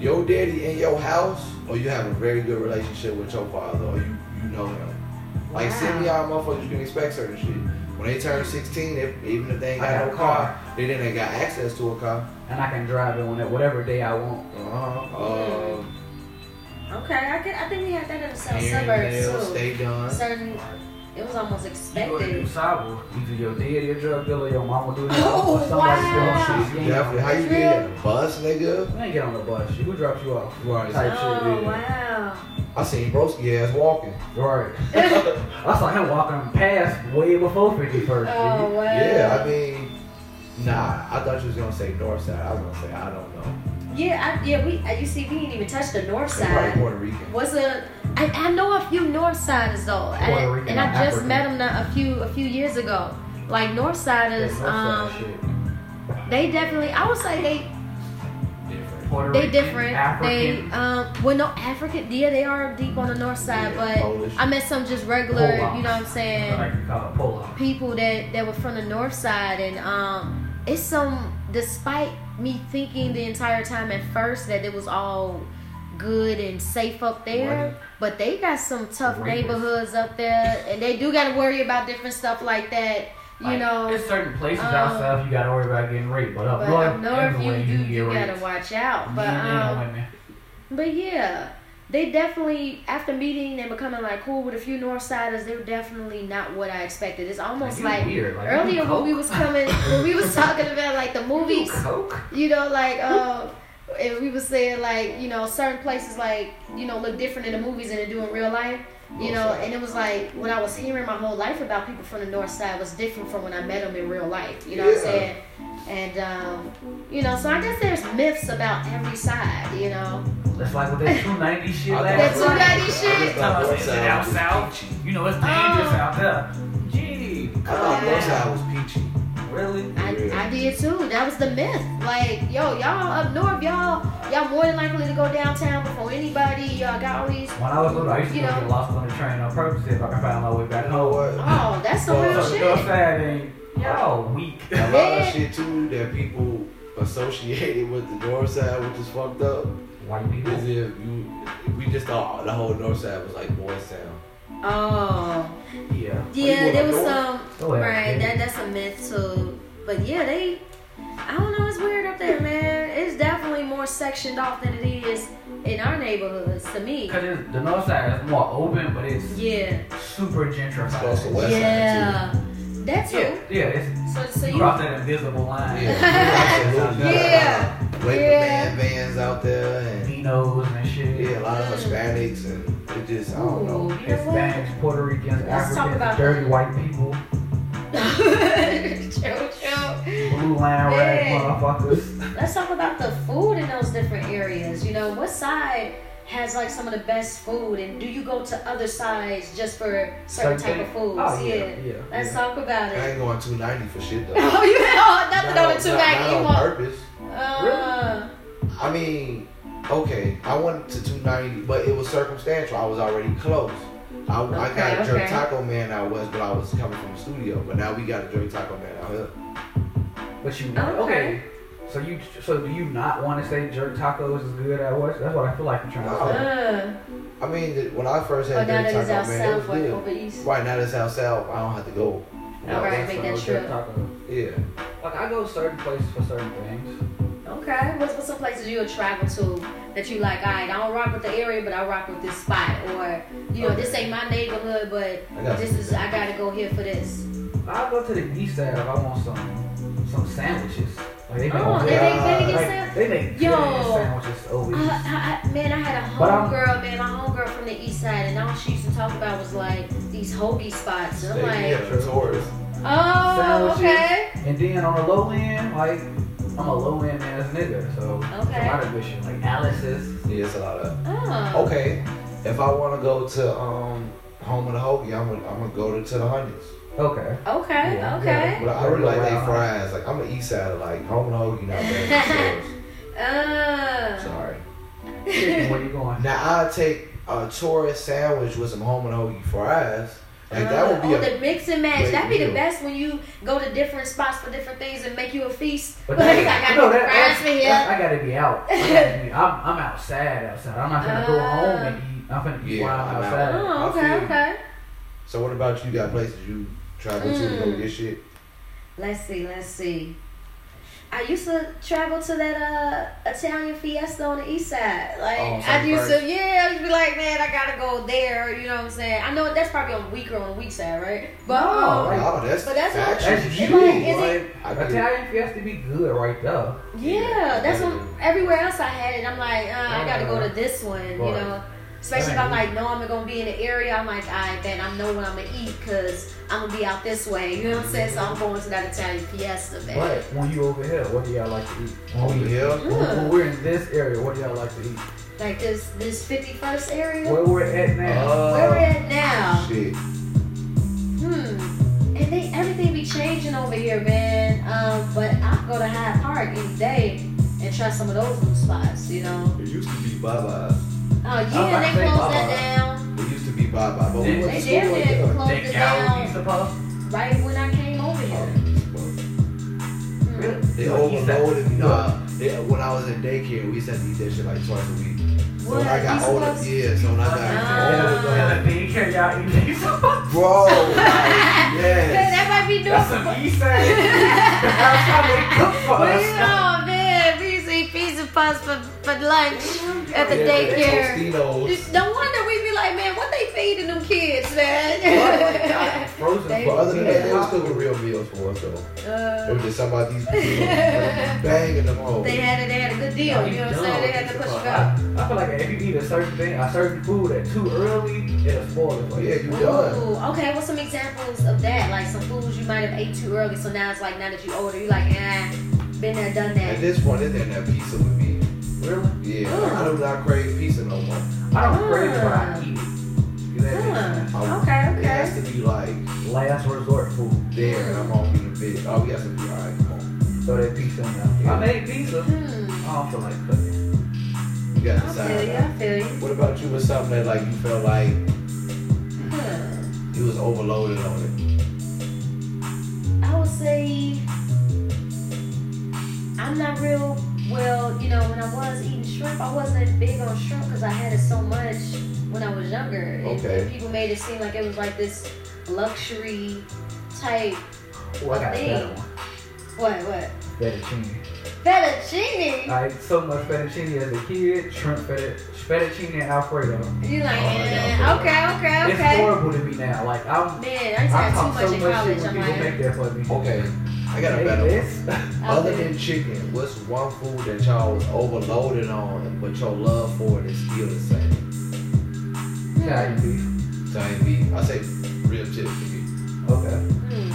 S4: your daddy in your house or you have a very good relationship with your father or you, you know him. Like
S1: Wow.
S4: senior high motherfuckers, you can expect certain shit. When they turn 16, if, even if they ain't
S3: I
S4: got
S3: got
S4: no
S3: a
S4: car,
S3: car.
S4: they then ain't got access to a car.
S3: And I can drive it on it whatever day I want.
S1: Mm.
S4: Uh-huh. Um,
S1: Okay, I, could, I think we had that in the South Suburbs
S4: Aaron,
S1: too.
S4: stay done.
S1: Certain, it was almost
S3: You go to
S1: expected.
S3: DuSable, either your dad, your drug dealer, your mama do that,
S1: Oh,
S3: or somebody
S1: wow.
S3: doing shit. You ain't
S4: Definitely. How
S3: on-
S4: Oh, you
S1: Real?
S4: get on the bus, nigga?
S3: You ain't get on the bus. She would drop you off.
S4: Right.
S3: Type
S1: Oh
S3: shit. yeah.
S1: wow.
S4: I seen Broski ass walking.
S3: Right. I saw him walking past way before 51st.
S1: Oh wow.
S4: Yeah, I mean, nah, I thought you was gonna say north side. I was gonna say I don't know.
S1: Yeah, I, yeah. We uh, you see, we didn't even touch the north
S4: They probably
S1: side.
S4: Puerto Rican.
S1: What's a? I, I know a few north siders though,
S3: Puerto
S1: and,
S3: Rican
S1: and I
S3: or
S1: just
S3: African.
S1: met them not, a few a few years ago. Like north siders, um, they definitely. I would say they
S4: Different.
S1: they different. They um, well, no African. Yeah, they are deep on the north side,
S4: Yeah,
S1: but
S4: Polish.
S1: I met some just regular.
S3: Polack.
S1: You know what I'm saying?
S3: like you call it polo.
S1: people that that were from the north side and um it's some despite me thinking the entire time at first that it was all good and safe up there
S4: Right.
S1: but they got some tough
S3: Rapists.
S1: neighborhoods up there and they do got to worry about different stuff like that you
S3: Like,
S1: know
S3: there's certain places
S1: um,
S3: out south you gotta worry about getting raped, but up
S1: but
S3: north,
S1: up north you
S3: everywhere
S1: you,
S3: can get
S1: you
S3: raped.
S1: gotta watch out but
S3: Men and
S1: um
S3: women.
S1: but yeah they definitely after meeting and becoming like cool with a few north siders they were definitely not what i expected it's almost
S3: you
S1: like
S3: weird. Like,
S1: earlier
S3: you
S1: when we
S3: coke?
S1: was coming when we was talking about like the
S3: You
S1: movies
S3: coke.
S1: you know like uh and we was saying like you know certain places like you know look different in the movies than they do in real life you know and it was like what i was hearing my whole life about people from the north side was different from when i met them in real life you know what i'm
S4: Yeah.
S1: saying and um you know so i guess there's myths about every side you know
S3: That's like with that 290 shit
S4: I
S1: That
S3: last
S4: thought-
S3: night.
S1: 290 shit?
S4: I just thought
S3: Tell us,
S4: north
S3: is it
S4: side
S3: out
S4: was
S3: south?
S4: peachy.
S3: You know it's dangerous
S1: Oh.
S3: out there. Gee,
S4: I thought north
S1: Yeah.
S4: side was peachy.
S3: really?
S1: I, I did too. That was the myth. Like, yo, y'all up north, y'all, y'all more than likely to go downtown before anybody. Y'all got all these.
S3: When I was little, I used to
S1: You
S3: go
S1: know.
S3: get lost on the train on purpose if I could find my way back
S4: You know
S3: home.
S4: what?
S1: Oh, that's some
S4: Well,
S1: real
S3: So your
S1: shit.
S3: side ain't y'all weak.
S4: A lot of
S1: Yeah.
S4: shit too that people associated with the north side, which is fucked up,
S3: White people.
S4: is if you we just thought the whole north side was like boys town.
S1: Oh,
S3: Yeah.
S1: yeah,
S4: Well, you
S1: there
S4: want
S1: was
S4: a door?
S1: some.
S3: Go ahead.
S1: Right, that that's a myth too. But yeah, they. I don't know. It's weird up there, man. It's definitely more sectioned off than it is in our neighborhoods, to me.
S3: Cause it's, the north side is more open, but it's
S1: Yeah,
S3: super
S4: Close to
S3: gentrified.
S4: west side, too.
S1: yeah, that's
S3: Yeah,
S1: it.
S3: yeah. It's
S1: So, so
S3: you
S1: you.
S3: cross that invisible line.
S4: Absolutely.
S1: Yeah.
S4: Wait
S1: Yeah.
S4: man vans out there and
S3: Latinos and shit.
S4: yeah, a lot of Hispanics and it just I don't know.
S1: Ooh, Oh, you know what?
S3: Hispanics, Puerto Ricans,
S1: Let's talk
S3: Africans,
S1: about-
S3: dirty white people.
S1: true, true.
S3: Blue line rag
S1: Yeah.
S3: motherfuckers.
S1: Let's talk about the food in those different areas. You know, what side has like some of the best food, and do you go to other sides just for certain type of foods?
S3: Oh, yeah, yeah.
S1: Let's
S3: yeah.
S1: talk about
S4: I
S1: it.
S4: ain't going 290 for shit though.
S1: Oh, you know, nothing
S4: Not
S1: over
S4: on-
S1: two
S4: not-
S1: back.
S4: not
S1: You
S4: on
S1: want?
S4: purpose.
S1: Uh,
S4: I mean, okay, I went to 290, but it was circumstantial. I was already close. I, I got
S1: Okay,
S4: a jerk
S1: okay.
S4: taco man out west, but I was coming from the studio. But now we got a jerk taco man out here.
S3: But you
S1: Okay.
S3: okay. So you so do you not want to say jerk tacos is good at what? That's what I feel like you're trying to
S1: uh,
S3: say.
S1: uh,
S4: I mean, the- when I first
S1: but
S4: had
S1: Oh, now
S4: jerk
S1: that it's
S4: taco
S1: out
S4: man, it was
S1: south, like
S4: good.
S1: over east.
S4: Right now that's how south. I don't have to go. You know,
S1: All right,
S3: That's
S1: make
S3: how
S1: that
S3: jerk
S1: true.
S3: tacos-
S4: Yeah.
S3: Like I go certain places for certain things.
S1: Okay, what's, what's some places you'll travel to that you like? All right, I don't rock with the area, but I rock with this spot, or you know, this ain't my neighborhood, but
S4: I got
S1: this is I gotta go here for this.
S3: I'll go to the east side if I want some some sandwiches. Like they make,
S1: Oh, they
S4: yeah.
S1: make they make
S4: they
S1: it sound- Yo.
S3: uh, like, they make
S1: Uh,
S3: good sandwiches over
S1: I,
S3: east.
S1: I, I- man, I had a
S3: But I'm-
S1: homegirl, man, my homegirl from the east side, and all she used to talk about was like these hoagie spots. And I'm
S4: They-
S1: like,
S4: yeah, the tourists.
S1: oh,
S3: Sandwiches.
S1: okay.
S3: And then on the low end, like I'm a low end ass nigga, so it's a
S1: Okay.
S3: lot of good shit. Like Alice's.
S4: Yeah, it's a lot of.
S1: Oh,
S4: Okay, if I want to go to um home of the Hoagie, I'm gonna I'm gonna go to, to the Hundreds.
S3: Okay.
S1: okay,
S3: Yeah,
S1: okay.
S4: But I really like their fries. Like I'm an East Side, like home of the Hoagie, not bad.
S1: Uh,
S4: Sorry.
S3: Chicken, where you going?
S4: Now I'll take a tourist sandwich with some home and hoagie fries. Like that would be
S1: oh,
S4: a
S1: the mix and match.
S4: great
S1: That'd be the
S4: deal.
S1: best when you go to different spots for different things and make you a feast.
S3: But
S1: like,
S3: that-
S1: I got
S3: no,
S1: the
S3: that-
S1: fries
S3: that's-
S1: for here.
S3: that's- I gotta be out. I gotta be, I'm, I'm outside, outside. I'm not gonna go
S1: Uh.
S3: home and eat. I'm gonna eat
S4: Yeah,
S3: while I'm
S4: I'm out.
S3: outside.
S1: Oh,
S4: I
S1: okay,
S4: feel you.
S1: okay.
S4: So what about you? You got places you travel to to go
S1: Mm.
S4: get shit?
S1: Let's see, let's see. I used to travel to that uh, Italian fiesta on the east side. Like
S4: Oh,
S1: I used
S4: Sunburst.
S1: to, yeah, I used to be like, man, I gotta go there. You know what I'm saying? I know that's probably on weaker on the weak side, right? But
S3: No,
S1: um,
S3: Right.
S4: Wow, Oh, that's
S1: But that's what-
S4: actually
S3: That's
S4: huge.
S3: you.
S1: like, is it-
S4: I get it.
S3: Italian fiesta be good right there.
S1: yeah, that's what everywhere else I had it. I'm like, uh, I gotta go to this one. You
S3: Right.
S1: know. Especially if I'm like, no, I'm gonna be in the area. I'm like, all right, then I know what I'm gonna eat because I'm gonna be out this way. You know what I'm saying? So I'm going to that Italian fiesta, man.
S3: But when you over here, what do y'all like to eat?
S4: Over
S3: When we-
S4: here?
S3: When, when we're in this area, what do y'all like to eat?
S1: Like this, this 51st area.
S3: Where we're at now.
S1: Where we're
S4: Uh,
S1: at now.
S4: shit.
S1: Hmm. And they everything be changing over here, man. Um, but I go to Hyde Park any day and try some of those new spots, you know.
S4: It used to be
S1: Oh
S4: Baba.
S1: yeah,
S3: about
S1: they
S3: to say,
S1: closed
S3: uh,
S1: that down.
S4: It used to be Baba, but we
S3: They-
S4: went
S1: They
S4: to
S1: damn
S4: school right
S1: near
S4: there.
S1: closed it down right when I came over here.
S4: Well,
S1: Hmm.
S4: They
S3: Like, he's that-
S4: overloaded me. Nah, they, when I was in daycare, we used to have to eat that shit like twice a week. So
S1: What?
S4: when I
S1: These
S4: got older,
S1: folks-
S4: yeah. So when I got
S1: Ah.
S4: older, like, bro, like,
S1: Man,
S4: yes.
S1: that might be new.
S3: That's some east side. That's how they cook for
S1: Well, you
S3: us.
S1: know, man, we used to eat pizza puffs for, for lunch at the
S4: Yeah,
S1: daycare.
S4: the Tostitos.
S1: No wonder we be like, man, what they feeding them kids,
S4: Oh
S3: Well,
S1: man?
S3: Frozen
S1: They-
S4: But other than that, they was
S3: food.
S4: cooking real meals for us though. It
S1: Uh,
S4: was just somebody these people banging them hoes.
S1: They had it. They had a good deal. You know what I'm saying? They had to push it up.
S3: I feel like if you eat a certain thing, a certain food at too early, it'll spoil it for
S4: Yeah,
S3: you.
S4: you done.
S1: Ooh, okay. What's some examples of that? Like some foods you might have ate too early, so now it's like now that you older, you like ah, been there, done
S4: At
S1: that.
S4: this point, it didn't have pizza with me.
S3: Really?
S4: Yeah, I do not crave pizza no more.
S3: I don't crave it, but I
S1: Mm.
S3: eat it. You know what I mean?
S1: Huh. Okay,
S4: It has
S1: okay.
S4: to be like
S3: Last resort food.
S4: there, and I'm on in the bed. Oh, we got to be alright. Come on,
S3: Throw that pizza in there. I made pizza.
S1: Hmm.
S3: I don't feel like cooking.
S4: you got to
S1: I feel
S4: decide.
S1: you. I feel you.
S4: What about you? Was something that like you felt like
S1: Huh.
S4: you was overloaded on it?
S1: I would say I'm not real well. You know, when I was eating shrimp, I wasn't big on shrimp because I had it so much when I was younger. And-
S4: Okay.
S1: And people made it seem like it was like this luxury type.
S3: Oh, I got a
S1: Hey.
S3: better one.
S1: What? What?
S3: Fettuccine.
S1: Fettuccine.
S3: I ate so much fettuccine as a kid. Shrimp fettu- fettuccine and Alfredo.
S1: You like,
S4: Oh,
S1: eh,
S4: yeah,
S1: okay, okay,
S3: It's
S1: okay.
S3: horrible to me now. Like I'm,
S1: Man, I just
S3: I
S1: had
S3: talk so
S1: too much in
S3: much shit
S1: college.
S3: when
S1: I'm
S3: people
S1: like,
S3: make that for me.
S4: Okay, I got a
S3: Hey,
S4: better one.
S3: this-
S4: Other than chicken, what's one food that y'all was overloaded on, but your love for it is still the same?
S1: hmm,
S3: Italian beef.
S4: Italian beef. I say real chips.
S3: Okay.
S1: hmm.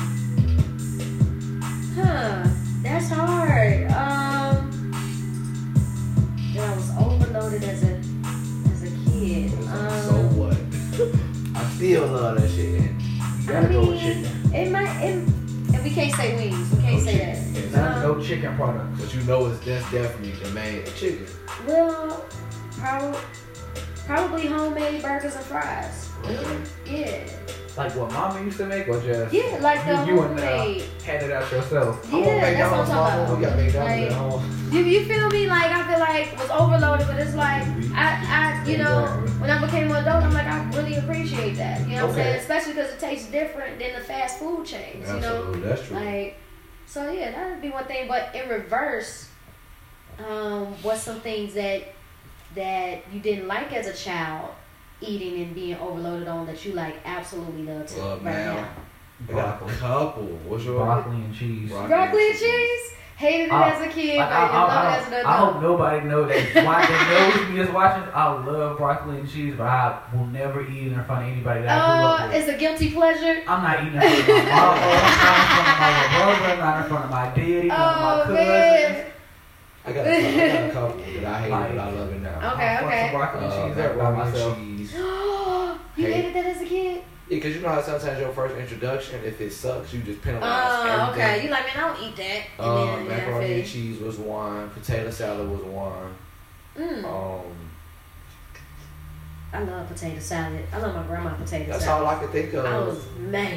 S1: Huh. That's hard. Um. yeah, I was overloaded as a as a kid.
S4: so
S1: Um,
S4: what? I still love that shit. You gotta go with
S1: mean,
S4: chicken.
S1: it might. It, and we can't say wings. We can't say that.
S4: It's not-
S3: Not no chicken products.
S4: But you know it's that's definitely the main chicken.
S1: Well, probably probably homemade burgers and fries. Yeah.
S3: Like what mama used to make or just
S1: Yeah, like the
S3: you, you and uh,
S1: homemade.
S3: handed out yourself.
S4: I want
S1: yeah, that's what I'm
S4: McDonald's,
S1: talking
S3: Oh,
S4: mama.
S1: about.
S4: We got McDonald's at
S1: Like-
S4: home.
S1: You, you feel me? Like I feel like was overloaded, but it's like I, I you know when I became an adult, I'm like I really appreciate that. You know what
S4: Okay.
S1: I'm saying? Especially because it tastes different than the fast food chains. You know,
S4: Absolutely, that's true.
S1: like so yeah, that'd be one thing. But in reverse, um, what's some things that that you didn't like as a child eating and being overloaded on that you like absolutely love to
S4: Love
S1: right
S4: now.
S1: now?
S4: I got a
S3: Broccoli.
S4: couple. What's your
S3: Broccoli and cheese.
S4: Broccoli.
S1: Broccoli and cheese. Hated it
S3: I-
S1: as a kid,
S3: Like,
S1: but
S3: I, I-
S1: love
S3: I-
S1: it as an adult.
S3: I hope nobody knows that. Why they knows me is watching. I love broccoli and cheese, but I will never eat it in front of anybody that I
S1: Oh,
S3: grew up with.
S1: it's a guilty pleasure.
S3: I'm not eating in front of my mama, I'm not in front of my brother, I'm not in front of my daddy, none
S1: Oh
S3: of my cousins.
S1: man.
S4: I got a couple, I got a couple that I hate, but I love it now.
S1: Okay,
S3: I fuck
S1: okay.
S3: some broccoli and
S4: Uh,
S3: cheese up by
S4: macaroni and
S3: myself.
S4: cheese.
S1: you
S4: Hey.
S1: hated that as a kid?
S4: Yeah, cause you know how sometimes your first introduction, if it sucks, you just penalize
S1: Oh,
S4: everything.
S1: okay. You like, man, I don't eat that. And
S4: Um,
S1: then, yeah, I
S4: macaroni and
S1: feel
S4: cheese was one. Potato salad was one.
S1: you. Mm.
S4: Um,
S1: I love potato salad. I love my grandma potato
S4: that's
S1: salad.
S4: all I could think of.
S1: I was mad.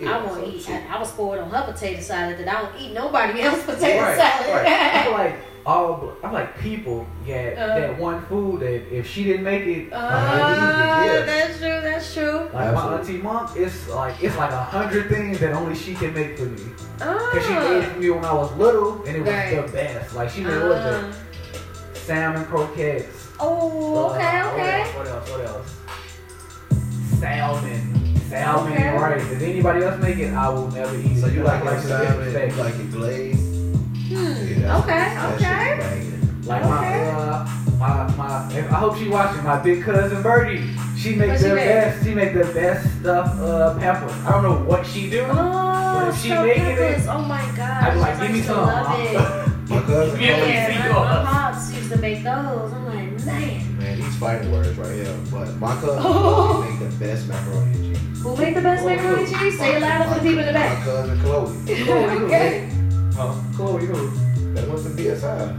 S4: Yeah,
S1: I won't
S4: so
S1: eat.
S4: shit.
S1: I, I was spoiled on her potato salad that I don't eat nobody else's potato
S4: Right,
S1: salad.
S3: I feel like all I'm like people get
S1: Uh.
S3: that one food that if she didn't make it,
S1: Oh,
S4: yeah.
S1: Uh, that's true. That's true.
S3: like my
S4: Absolutely.
S3: auntie mom, it's like it's like a hundred things that only she can make for me. Cause she made it
S1: Oh.
S3: for me when I was little, and it was
S1: Right.
S3: the best. Like she made what was
S1: Uh,
S3: it? salmon croquettes.
S1: oh, okay,
S3: Uh,
S1: okay.
S3: What else? What else? Salmon, salmon
S1: Okay.
S3: and rice. If anybody else make it, I will never eat it.
S4: So you like
S3: Like,
S4: it salmon?
S3: like,
S4: You like it glazed? Yeah,
S1: Hmm.
S4: that's-
S1: Okay,
S4: that shit
S1: okay.
S4: is banging.
S3: Like my,
S1: Okay.
S3: uh, my, my, if- I hope she watching. My big cousin Birdie, she
S1: What
S3: makes
S1: she
S3: the
S1: make?
S3: best. She make the best stuff. Uh, pepper. I don't know what she do.
S1: Oh,
S3: if she
S1: so
S3: making it,
S1: peppers. Oh my gosh.
S3: I'm like,
S1: I
S3: give me
S1: used to
S3: some.
S1: Love it.
S4: My cousin,
S3: Yeah.
S4: Cody,
S1: Yeah,
S3: see
S1: my,
S3: yours.
S1: my pops used to make those. I'm like, man.
S4: man, these fighting words right here. But my cousin
S1: Oh.
S4: Chloe make the best macaroni and cheese.
S1: Who make the best macaroni and cheese? Say it louder for the people in the
S4: My
S1: back.
S4: cousin Chloe,
S1: okay.
S3: Oh, Chloe, who?
S4: that was the BSI.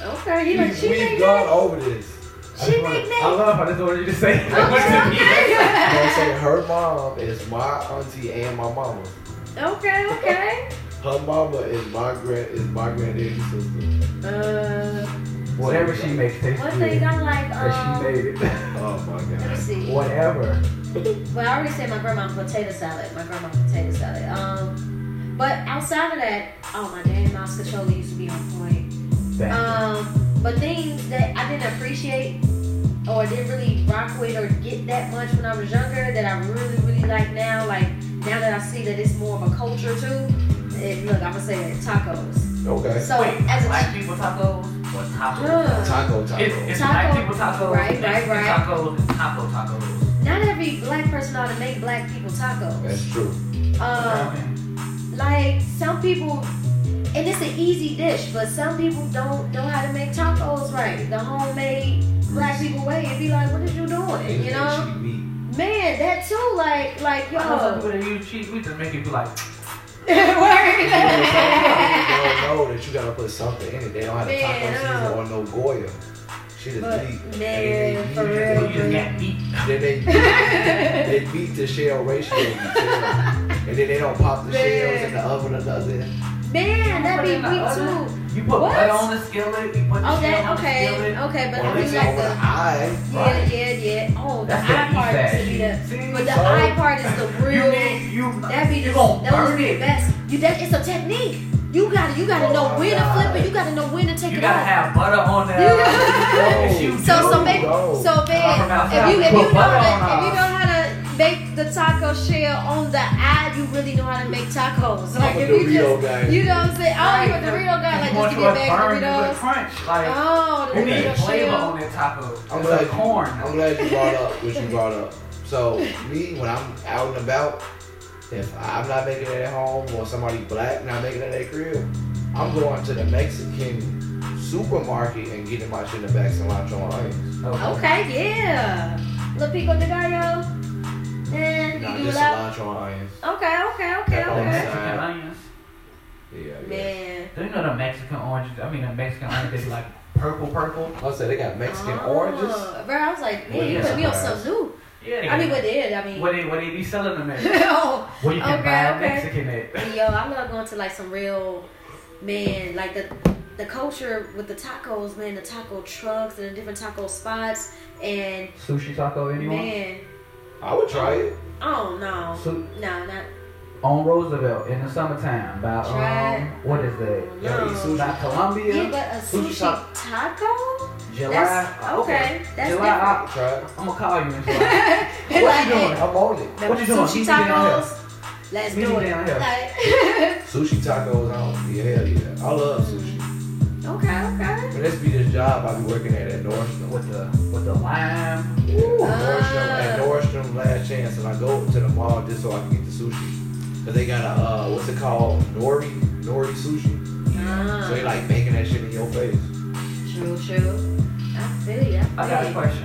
S1: Okay, you like, she
S4: We've
S1: make
S4: gone
S1: that?
S4: over this.
S1: She
S3: I just
S1: make
S3: wanna- I
S1: that?
S3: love how this wanted you to say. it.
S4: You know what I'm
S1: Okay,
S4: saying? Her mom is my auntie and my mama.
S1: okay. okay, okay.
S4: Her mama is my grand is my granddaddy's sister.
S1: Uh,
S3: Whatever she makes tastes
S1: one
S3: good.
S1: thing I like,
S3: That she
S1: um,
S3: made it.
S4: Oh my
S1: let me
S4: god.
S1: see.
S3: Whatever.
S1: But I already said my grandma's potato salad. My grandma's potato salad. Um, but outside of that, oh my damn, my scotchola used to be on point.
S3: That.
S1: Um, but things that I didn't appreciate or didn't really rock with or get that much when I was younger that I really, really like now, like now that I see that it's more of a culture too, it, look, I'm gonna say it, tacos.
S4: Okay.
S1: So as a
S3: black people tacos or tacos?
S1: Ugh.
S4: Taco taco.
S3: It's, it's
S1: Taco.
S3: black people tacos,
S1: Right, right,
S3: Mexican
S1: right.
S3: tacos, and taco tacos.
S1: not every black person ought to make black people tacos.
S4: That's true.
S1: Um, like some people and it's an easy dish, but some people don't know how to make tacos right. The homemade black people way, it'd be like, what is you doing? You know?
S4: Cheap meat.
S1: Man, that too, like, like, yo.
S3: I know some people that use cheese. We just make you be like,
S4: You know what I'm saying?
S1: Word.
S4: They don't know that you gotta put something in it. They don't have the
S1: Man,
S4: taco season or no Goya. Shit is
S1: But,
S4: deep.
S1: man, for
S3: you
S1: real,
S3: just got meat.
S4: Then they they beat the shell ratio. you tell them. And then they don't pop the shells in the oven or nothing.
S1: Man, that'd be
S3: Put it in the
S1: me too.
S3: oven. You put
S1: What?
S3: butter on the skillet. You put the shell
S1: Okay, Oh, okay,
S3: on the skillet.
S1: okay, but
S4: Or
S1: I
S4: they
S1: mean like
S4: over the
S1: the
S4: eye.
S1: yeah, yeah, yeah. Oh, the
S3: That's
S1: eye
S3: the
S1: part
S3: fat
S1: used to be
S3: shit.
S1: the,
S3: See?
S1: but the
S4: So-
S1: eye part is the
S3: You
S1: real.
S3: need you.
S1: That'd be
S3: you
S1: the
S3: gonna
S1: that would
S3: burn
S1: be the
S3: it.
S1: best. You that it's a technique. You gotta you gotta know
S4: Oh,
S1: when to
S4: God.
S1: flip it. You gotta know when to take
S3: You
S1: it
S3: gotta
S1: off.
S3: have butter on there.
S1: Yeah.
S3: If you
S1: So
S3: do,
S1: so make
S4: go.
S1: so
S3: I'm from
S1: man,
S3: outside.
S1: if you if you
S3: Put
S1: know
S3: butter on
S1: that, if
S3: ours.
S1: you know how to make the taco shell on the eye, you really know how to make tacos. Like
S4: I'm a
S1: if you
S4: Dorito
S1: just
S4: guy.
S1: oh, you know what I'm saying? I don't even
S3: Right.
S1: Dorito guy like
S3: You
S1: just
S3: want
S1: give me a
S3: yours
S1: bag
S3: burned
S1: of
S3: with
S1: Doritos.
S3: crunch. Like
S1: Oh, the
S3: you need
S1: Dorito
S3: flavor
S1: shell.
S3: on that taco.
S4: I'm
S3: I'm
S4: glad-
S3: like corn.
S4: I'm glad you brought up what you brought up. So me, when I'm out and about, If I'm not making it at home or somebody black not making it at their crib, I'm going to the Mexican supermarket and getting my shit in the back cilantro and onions.
S3: Okay.
S1: Okay, yeah. La Pico de Gallo. And
S4: Not
S1: you do
S4: just
S1: that.
S4: cilantro and onions.
S1: Okay, okay, okay, okay.
S4: That don't
S3: Mexican onions.
S4: Yeah, yeah.
S1: Man.
S3: Do you know the Mexican oranges? I mean, the Mexican onions is like purple, purple.
S4: I said they got Mexican
S1: Oh,
S4: oranges.
S1: Bro, I was like, man, you
S3: Yeah.
S1: put me on something new.
S3: Yeah.
S1: I mean, what they is, I mean.
S3: What they what they be selling them at?
S1: yo,
S3: Well, you can
S1: Okay,
S3: buy
S1: okay.
S3: Mexican at.
S1: yo, I'm not going to like some real, man, like the the culture with the tacos, man, the taco trucks and the different taco spots. And,
S3: Sushi taco, anyone?
S1: man,
S4: I would try it.
S1: oh no.
S3: Su-
S1: No, not.
S3: on Roosevelt in the summertime by
S1: Try-
S3: um, what is that?
S1: No.
S4: Yo, eat sushi.
S3: By
S1: Yeah,
S3: Columbia,
S1: but a
S3: Sushi
S1: sushi,
S3: taco.
S1: taco?
S3: July.
S1: That's, okay, that's
S3: July.
S1: different.
S3: I,
S4: Try it.
S3: I'm gonna call you in July.
S1: It's
S3: What you doing?
S4: I'm on it.
S1: the
S3: What you doing?
S1: Sushi
S3: Meet me down
S1: tacos. Let's
S3: Meet
S1: do
S3: me
S1: it.
S3: down here.
S1: Like,
S4: Sushi tacos, I don't yeah, hell yeah. I love sushi.
S1: okay, okay.
S4: But this be this job I be working at at Nordstrom.
S3: with the with the lime.
S4: Ooh,
S1: Ah.
S4: Nordstrom, at Nordstrom last chance, and I go to the mall just so I can get the sushi. Cause they got a uh, what's it called, nori, nori sushi. So they
S1: Ah,
S4: like making that shit in your face.
S1: true, true. I feel ya.
S3: I got a question.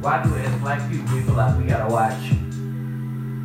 S3: Why do as black people we feel like we gotta watch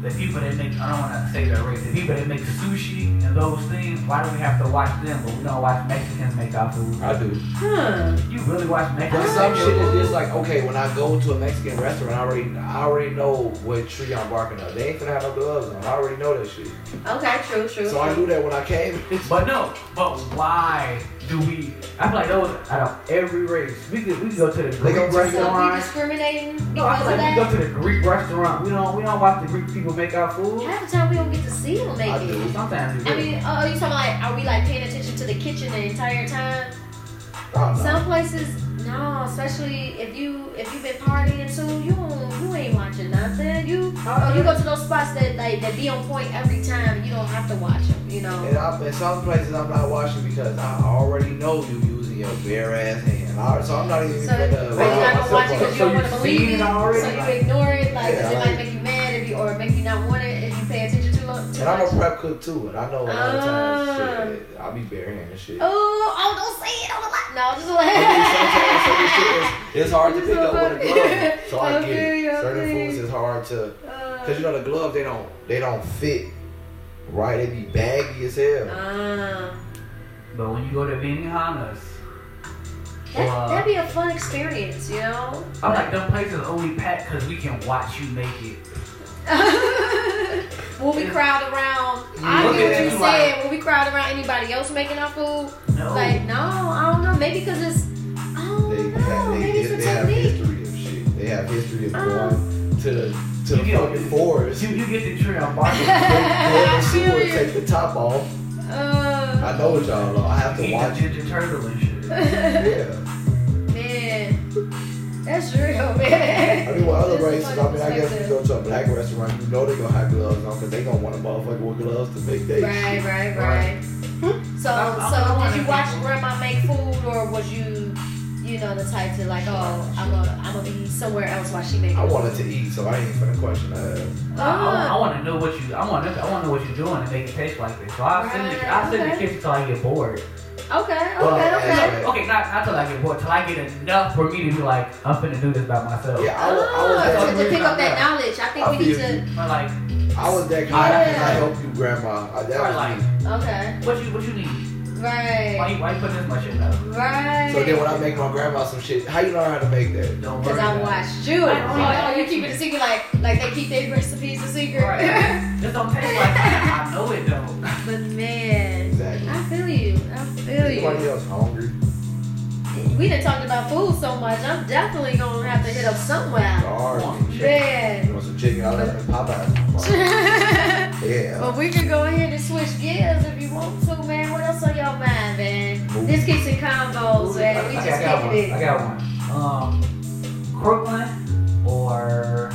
S3: the people that make I don't wanna say that race, the people that make sushi and those things, why do we have to watch them but we don't watch Mexicans make our food?
S4: I do.
S1: Huh.
S3: You really watch
S4: But
S3: Mexicans?
S4: some shit is just like okay, when I go to a Mexican restaurant, I already I already know what tree I'm barking up. They ain't gonna have no gloves on. I already know that shit.
S1: Okay, true, true.
S4: So I
S1: true.
S4: knew that when I came.
S3: But no, but why do we? I feel like those out of every race, we could we could go to the
S4: They
S3: Greek
S4: go right
S1: So we
S3: restaurant.
S1: discriminating because
S3: No, I feel
S1: of
S3: like we go
S1: that.
S3: to the Greek restaurant. We don't we don't watch the Greek people make our food.
S1: Half the time we don't get to see them make
S4: I
S1: it.
S4: do.
S3: Sometimes we
S1: I
S3: do.
S1: mean, oh, you talking like, are we like paying attention to the kitchen the entire time?
S4: I don't know.
S1: Some places, no, especially if you if you've been partying too, you don't, you ain't watching nothing. You oh, you go to those spots that like that be on point every time. You don't have to watch them, you know.
S4: And I, in some places I'm not watching because I already know you using your bare ass hand. I, so I'm not even
S1: So
S4: gonna.
S1: you're
S3: well,
S1: not
S3: so
S1: gonna watch it because you don't
S3: so
S1: want
S3: you
S1: to believe
S3: seen
S1: it,
S3: it already?
S1: so you ignore it, like 'cause
S4: Yeah,
S1: it might
S4: like-
S1: make you mad if you or make you not want it if you pay attention to it. too
S4: And I'm a
S1: much.
S4: prep cook too, and I know a lot of times shit, I'll be barehanded and shit.
S1: Ah. Oh, oh, don't say it. I'm like, no, just
S4: But then sometimes some of this
S1: like.
S4: shit is- It's hard to pick up with a glove, so I get
S1: Okay,
S4: it. Certain
S1: okay.
S4: foods is hard to,
S1: Uh,
S4: cause you know the glove they don't they don't fit right. They be baggy as hell.
S1: uh,
S3: But when you go to Benihana's,
S1: that, that'd
S4: uh,
S1: be a fun experience, you know.
S3: I'm like them places only packed because we can watch you make it.
S1: when we crowd around, I
S4: Look
S1: get what
S4: at
S1: you
S3: you like-
S1: said. When we crowd around anybody else making our food,
S3: No,
S1: like no, I don't know. Maybe because it's, I don't
S4: Oh. They
S1: know.
S4: they,
S1: Maybe
S4: they,
S1: it's a
S4: they have
S1: technique.
S4: history of shit. They have history of
S1: Uh-huh.
S4: going to the to
S3: You
S4: the
S3: get-
S4: fucking forest.
S3: you, you get the tree on barbecue.
S1: I
S4: She
S1: feel
S4: would
S1: you.
S4: take the top off.
S1: Uh,
S4: I know what y'all know. I have to
S3: Eat
S4: watch
S3: the
S4: it.
S3: ginger turtle and shit.
S1: man,
S4: Yeah.
S1: that's real, man.
S4: I mean, with other
S1: Just a
S4: races, I mean, I guess if
S1: perspective.
S4: you go to a black restaurant, you know they gonna have gloves on because they gonna want a motherfucker with gloves to make they
S1: Right,
S4: shit.
S1: right, right.
S4: Hmm?
S1: So,
S3: I'm- I'm
S1: so
S3: one
S1: did
S3: of
S1: you watch
S3: people.
S1: Grandma make food, or was you, you know, the type to like, oh, I'm gonna, I'm gonna be somewhere else while she makes
S4: I
S1: food?
S4: wanted to eat, so I ain't finna question that.
S3: I,
S1: Ah.
S3: want to know what you. I want to. I want to know what you're doing to make it taste like this. So I will send.
S1: Right,
S3: I will send the
S1: okay.
S3: kitchen till I get bored.
S1: Oh, Okay,
S4: Well,
S1: okay,
S4: yeah,
S1: okay.
S4: yeah.
S3: Okay, not not till I get bored. Till I get enough for me to be like, I'm finna do this by myself.
S4: Yeah, I was, I was
S1: Ah,
S4: that.
S1: to, to pick up that knowledge, I think
S4: I
S1: we need
S4: feel
S1: to.
S3: But like,
S4: I was that kind of
S1: Yeah.
S4: I help you, grandma. I, that
S3: or
S4: was
S3: like,
S4: me.
S1: Okay,
S3: what you what you need? Why
S1: right,
S3: you why you put this much in there?
S1: right.
S4: So then when I make my grandma some shit, how you learn how to make that?
S3: Don't worry.
S1: Cause I
S3: about it.
S1: watched you.
S3: I don't
S1: Oh,
S3: know.
S1: you keep it a secret, like like they keep their recipes a secret.
S3: Right. This don't taste like that. I know it though.
S1: but man,
S4: Exactly.
S1: I feel you. I feel
S4: Anybody
S1: you.
S4: else hungry?
S1: We done talked about food so much. I'm definitely gonna have to hit up somewhere.
S4: Hungry.
S1: Man.
S4: You want some chicken? I left at Popeyes.
S1: but
S4: Yeah.
S1: we can go ahead and switch gears if you want to, man. What else on your mind, man? This keeps it combos, Oh, man. We
S3: Okay,
S1: just
S3: I got
S1: kicking
S3: one.
S1: it.
S3: I got one. Um, Crooklyn or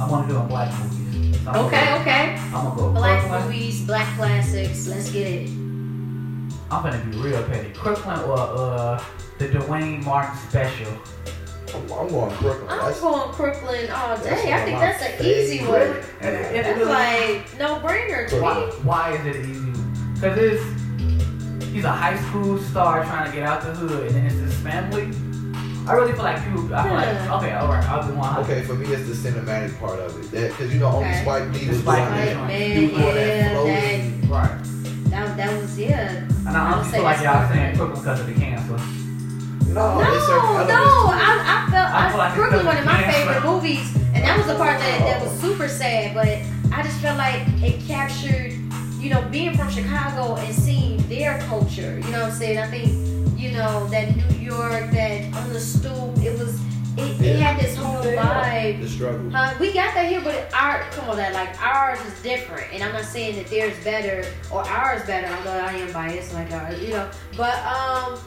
S3: I want to do a black movie. So I'm gonna
S1: Okay,
S3: go-
S1: okay.
S3: I'm gonna go
S1: Black
S3: Crooklyn.
S1: movies, black classics. Let's get it.
S3: I'm gonna be real petty. Crooklyn or uh the Dwayne Martin special
S2: I'm, I'm going Crooklyn.
S1: I'm
S2: That's,
S1: going Crooklyn all
S2: that's
S1: day.
S2: one
S1: I
S2: of
S1: think
S2: my
S1: that's an easy one.
S2: favorite.
S3: And- and-
S1: That's like no brainer to
S3: Why,
S1: me.
S3: why is it easy? Because it's he's a high school star trying to get out the hood, and it's his family. I really feel like people. I feel
S1: Yeah.
S3: like okay, all right, I'll be one. hundred.
S4: Okay, for me, it's the cinematic part of it. That because you know only
S1: Okay.
S4: Spike Lee
S3: The
S4: was doing
S3: Spike
S1: Like
S4: that.
S1: man,
S4: doing that
S1: yeah,
S4: flow.
S1: that,
S3: Right.
S1: that that was yeah.
S3: And I honestly feel like y'all saying Brooklyn because of the cancer.
S4: No,
S1: No,
S4: it's certain
S1: no,
S4: elements to it.
S1: I, I felt
S3: I
S1: I,
S3: feel like
S1: Brooklyn
S3: it's
S1: one of my
S3: been
S1: favorite
S3: canceled.
S1: movies, and that was the part that, that was super sad. But I just felt like it captured, you know, being from Chicago and seeing their culture. You know what I'm saying? I think, you know, that New York, that understood it was, it, it had this whole vibe.
S4: the struggle.
S1: Uh, we got that here, but our come on, that like ours is different, and I'm not saying that theirs better or ours better. Although I am biased, like ours, you know. But um,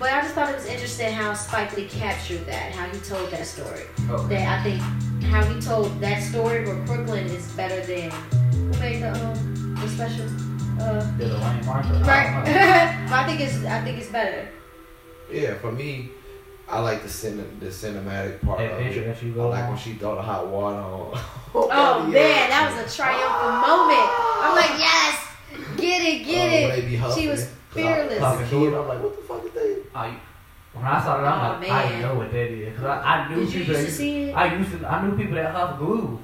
S1: but I just thought it was interesting how Spike Lee captured that, how he told that story.
S3: Okay.
S1: That I think how he told that story where Brooklyn is better than who made the um the special. Uh,
S3: Did a lame Martha.
S1: right.
S3: I don't know.
S1: I think it's I think it's better.
S4: Yeah, for me, I like the cin- the cinematic part
S3: That
S4: of
S3: picture
S4: it.
S3: that you
S4: I
S3: go
S4: like when
S3: on.
S4: she throw the hot water on.
S1: Oh man, that was a triumphant moment. I'm like yes, get
S4: Oh,
S1: it, get it. She was fearless.
S4: I, was a kid, I'm like, what the fuck is that?
S3: I, when I saw that, I'm like,
S1: Aw,
S3: I
S1: Oh, man.
S3: know what that is. 'Cause I, I knew
S1: Did you
S3: people.
S1: used to
S3: that-
S1: see it? I,
S3: I used to. I knew people that huff glue.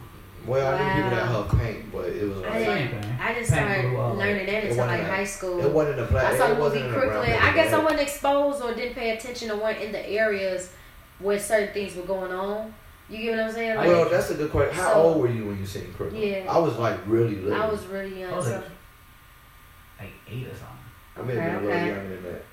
S4: Well, I knew people that
S1: Wow.
S4: huff paint, but it was like,
S1: didn't-
S4: it
S3: Same thing.
S1: just started
S3: Thank you, uh,
S1: learning that until
S4: wasn't
S1: like
S4: a-
S1: high school.
S4: wasn't in a black.
S1: I saw
S4: it
S1: the movie
S4: wasn't in a brown
S1: Crooklyn.
S4: paper
S1: I guess I
S4: bag.
S1: wasn't exposed or didn't pay attention to what in the areas where certain things were going on. You get what I'm saying? Like,
S4: Well, that's a good question. How
S1: So-
S4: old were you when you seen Crooklyn?
S1: Yeah.
S4: I was like really little.
S1: I was really young.
S3: I was
S1: so,
S3: like, like eight or something.
S4: I may have been a
S1: Okay,
S4: little
S1: okay.
S4: younger than that.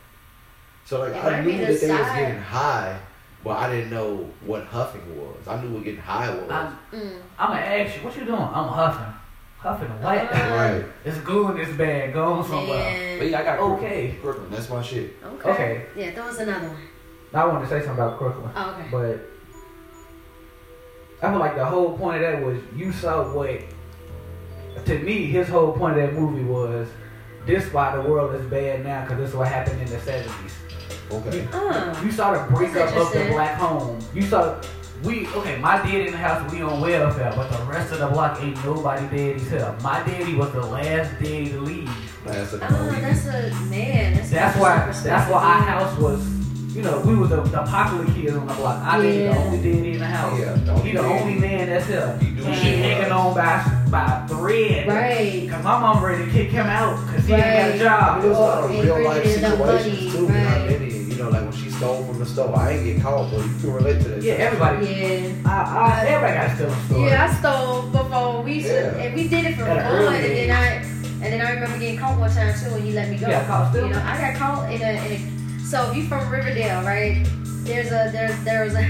S4: So like
S1: It
S4: I
S1: might
S4: knew
S1: be
S4: that
S1: the
S4: they was
S1: side.
S4: getting high, but I didn't know what huffing was. I knew what getting high was.
S3: I'm,
S1: mm.
S3: I'm gonna ask you, what you doing? I'm huffing. Huffing what?
S1: Uh,
S4: right.
S3: It's glue in this bag. Go on somewhere.
S1: Man.
S2: but yeah, I got Crooklyn.
S3: Okay.
S4: Crooklyn, that's my shit.
S1: Okay.
S3: Okay.
S1: Yeah, that was another one.
S3: I wanted to say something about Crooklyn,
S1: Oh, okay.
S3: but I feel like the whole point of that was you saw what. To me, his whole point of that movie was this why the world is bad now because this is what happened in the 70s.
S4: Okay.
S1: Uh,
S3: You saw the breakup of the
S1: interesting.
S3: black home. You saw we okay. My dad in the house. We on welfare, but the rest of the block ain't nobody daddy's help. My daddy was the last daddy to leave.
S4: That's a
S1: oh, that's a man. That's,
S3: That's
S1: a
S3: why.
S1: super
S3: That's why our
S1: specific.
S3: house was. You know, we were the, the popular kids on the block. I yeah. the
S1: Yeah.
S3: only daddy in the house.
S4: Yeah, the only
S3: He the
S4: daddy.
S3: only man that's help.
S4: He do
S3: And
S1: shit.
S3: he hanging on by by a thread.
S1: Right.
S3: Cause my mom ready to kick him out because he ain't
S4: I
S3: got a
S4: mean,
S3: job.
S4: there's a lot
S1: Well,
S4: of real life
S1: Ingrid is a
S4: situations
S1: buddy,
S4: too. Not
S1: right.
S4: many, you know, like when she stole from the store. I ain't get caught, but you can relate to that.
S3: Yeah, everybody.
S1: Yeah.
S3: I, I, everybody got to tell a story.
S1: Yeah, I stole before we used to,
S4: Yeah.
S1: and we did it for fun,
S3: At an
S1: and
S3: early
S1: then I, and then I remember getting caught one time too, and he let me go.
S3: Yeah, caught still.
S1: You know, I got caught in a, in a so if you from Riverdale, right? There's a there's there was a.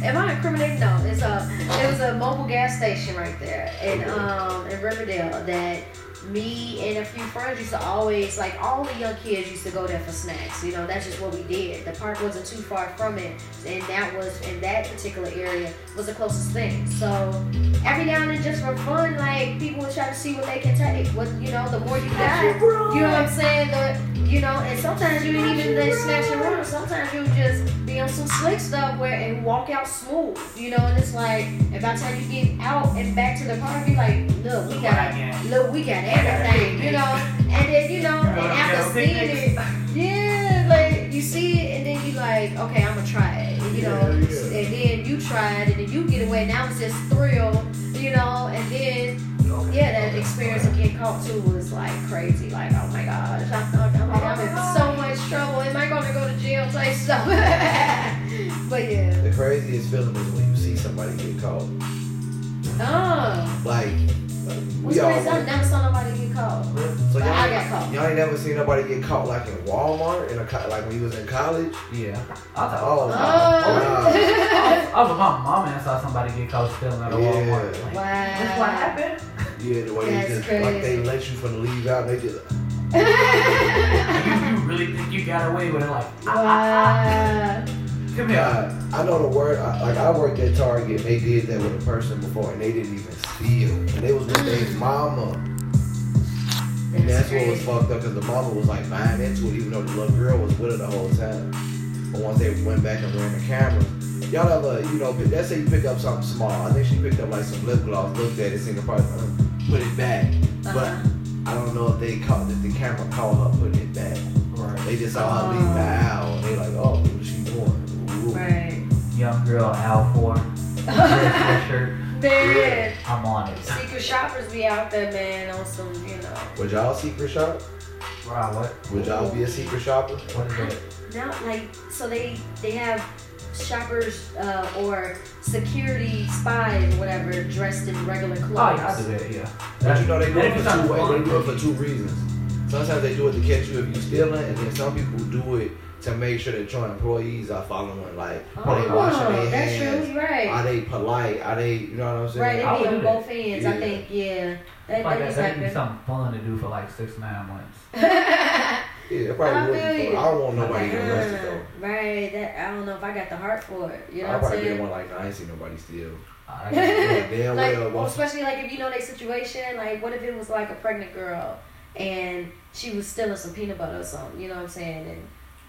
S1: Am I incriminating? No, it's a it was a mobile gas station right there in um in Riverdale that me and a few friends used to always like all the young kids used to go there for snacks. You know, that's just what we did. The park wasn't too far from it, and that was in that particular area was the closest thing. So every now and then just for fun, like people would try to see what they can take. What you know, the more you got, you know what I'm saying? The you know, and sometimes you ain't even like snatch and run. Sometimes you just be on some slick stuff where and walk out smooth, you know. And it's like, and by the time you get out and back to the car, be like, look, we got, look, we got everything, you know. And then you know, and after seeing it, yeah, like you see it, and then you like, okay, I'm gonna try it, you know.
S4: Yeah, yeah.
S1: And then you try it, and then you get away. Now it's just thrill, you know. And then yeah, that experience of getting caught too was like crazy. Like oh my gosh, I thought I'm, like, I'm in so much trouble. Am I gonna go to jail type stuff? but yeah,
S4: The craziest feeling is when you see somebody get caught.
S1: oh,
S4: Like, like
S1: what's
S4: we all.
S1: crazy? I never saw nobody get caught.
S4: So
S1: But
S4: y'all,
S1: I got caught.
S4: y'all ain't never seen nobody get caught like in Walmart in a co- like when you was in college.
S3: Yeah. I thought,
S4: Oh,
S1: Oh.
S3: I was- I was with my mom and I saw somebody get caught stealing at a
S4: Yeah.
S3: Walmart. Like, This what
S1: wow.
S3: happened?
S4: Yeah, the way
S1: That's
S4: they just like they
S1: crazy.
S4: let you from the leave out, they just
S3: you, you really think you got away with it? Like, "Ah,
S1: wow.
S3: come here.
S4: yeah. I know the word. I, like I worked at Target, and they did that with a person before, and they didn't even steal, and they was with their mama. And
S1: Mm. That's
S4: that's what was
S1: crazy.
S4: fucked up, cause the mama was like buying into it, even though the little girl was with her the whole time. But once they went back and ran the cameras, Y'all ever, you know, pick- let's say you pick up something small. I think she picked up like some lip gloss, looked at it, seen the price, uh, put it back. But
S1: Uh-huh.
S4: I don't know if they caught, if the camera caught her putting it back.
S3: Right.
S4: They just saw
S1: Oh.
S4: her leave the aisle and they like, oh, what she doing? Ooh.
S1: Right.
S3: Young girl, Al Four. Red shirt.
S1: there it
S3: I'm on it.
S1: is. Secret shoppers be out there, man, on some, you know.
S4: Would y'all secret shop?
S3: Wow, what?
S4: Would y'all be a secret shopper?
S3: What is that?
S1: Now, like, so they they have shoppers uh, or security spies, whatever, dressed in regular clothes.
S3: Oh, yeah, I do that, yeah.
S4: But you know they do it
S3: That'd be
S4: for two
S3: something
S4: ways. They do it
S3: fun.
S4: for two reasons. Sometimes they do it to catch you if you stealing, and then some people do it to make sure that your employees are following. Like, are they washing
S1: Oh,
S4: their
S1: that's
S4: hands?
S1: true, right.
S4: Are they polite? Are they, you know what I'm saying?
S1: Right,
S3: I
S1: they be
S3: would do
S1: on
S3: that.
S1: both ends, I
S4: Yeah.
S1: think, yeah. That, that
S3: Like that,
S1: is
S3: that'd be
S1: like
S3: something fun to do for like six, nine months.
S4: Yeah, it
S1: I
S4: probably
S1: feel
S4: wouldn't.
S1: you.
S4: I don't want nobody getting arrested though.
S1: Right, that I don't know if I got the heart for it. You know
S4: I
S1: what I'm
S4: probably didn't
S1: saying?
S4: want like I ain't seen nobody steal.
S3: Uh, that's-
S4: Like, damn
S1: Like,
S4: well,
S1: well,
S4: once-
S1: especially like if you know their situation, like what if it was like a pregnant girl and she was stealing some peanut butter or something, you know what I'm saying? And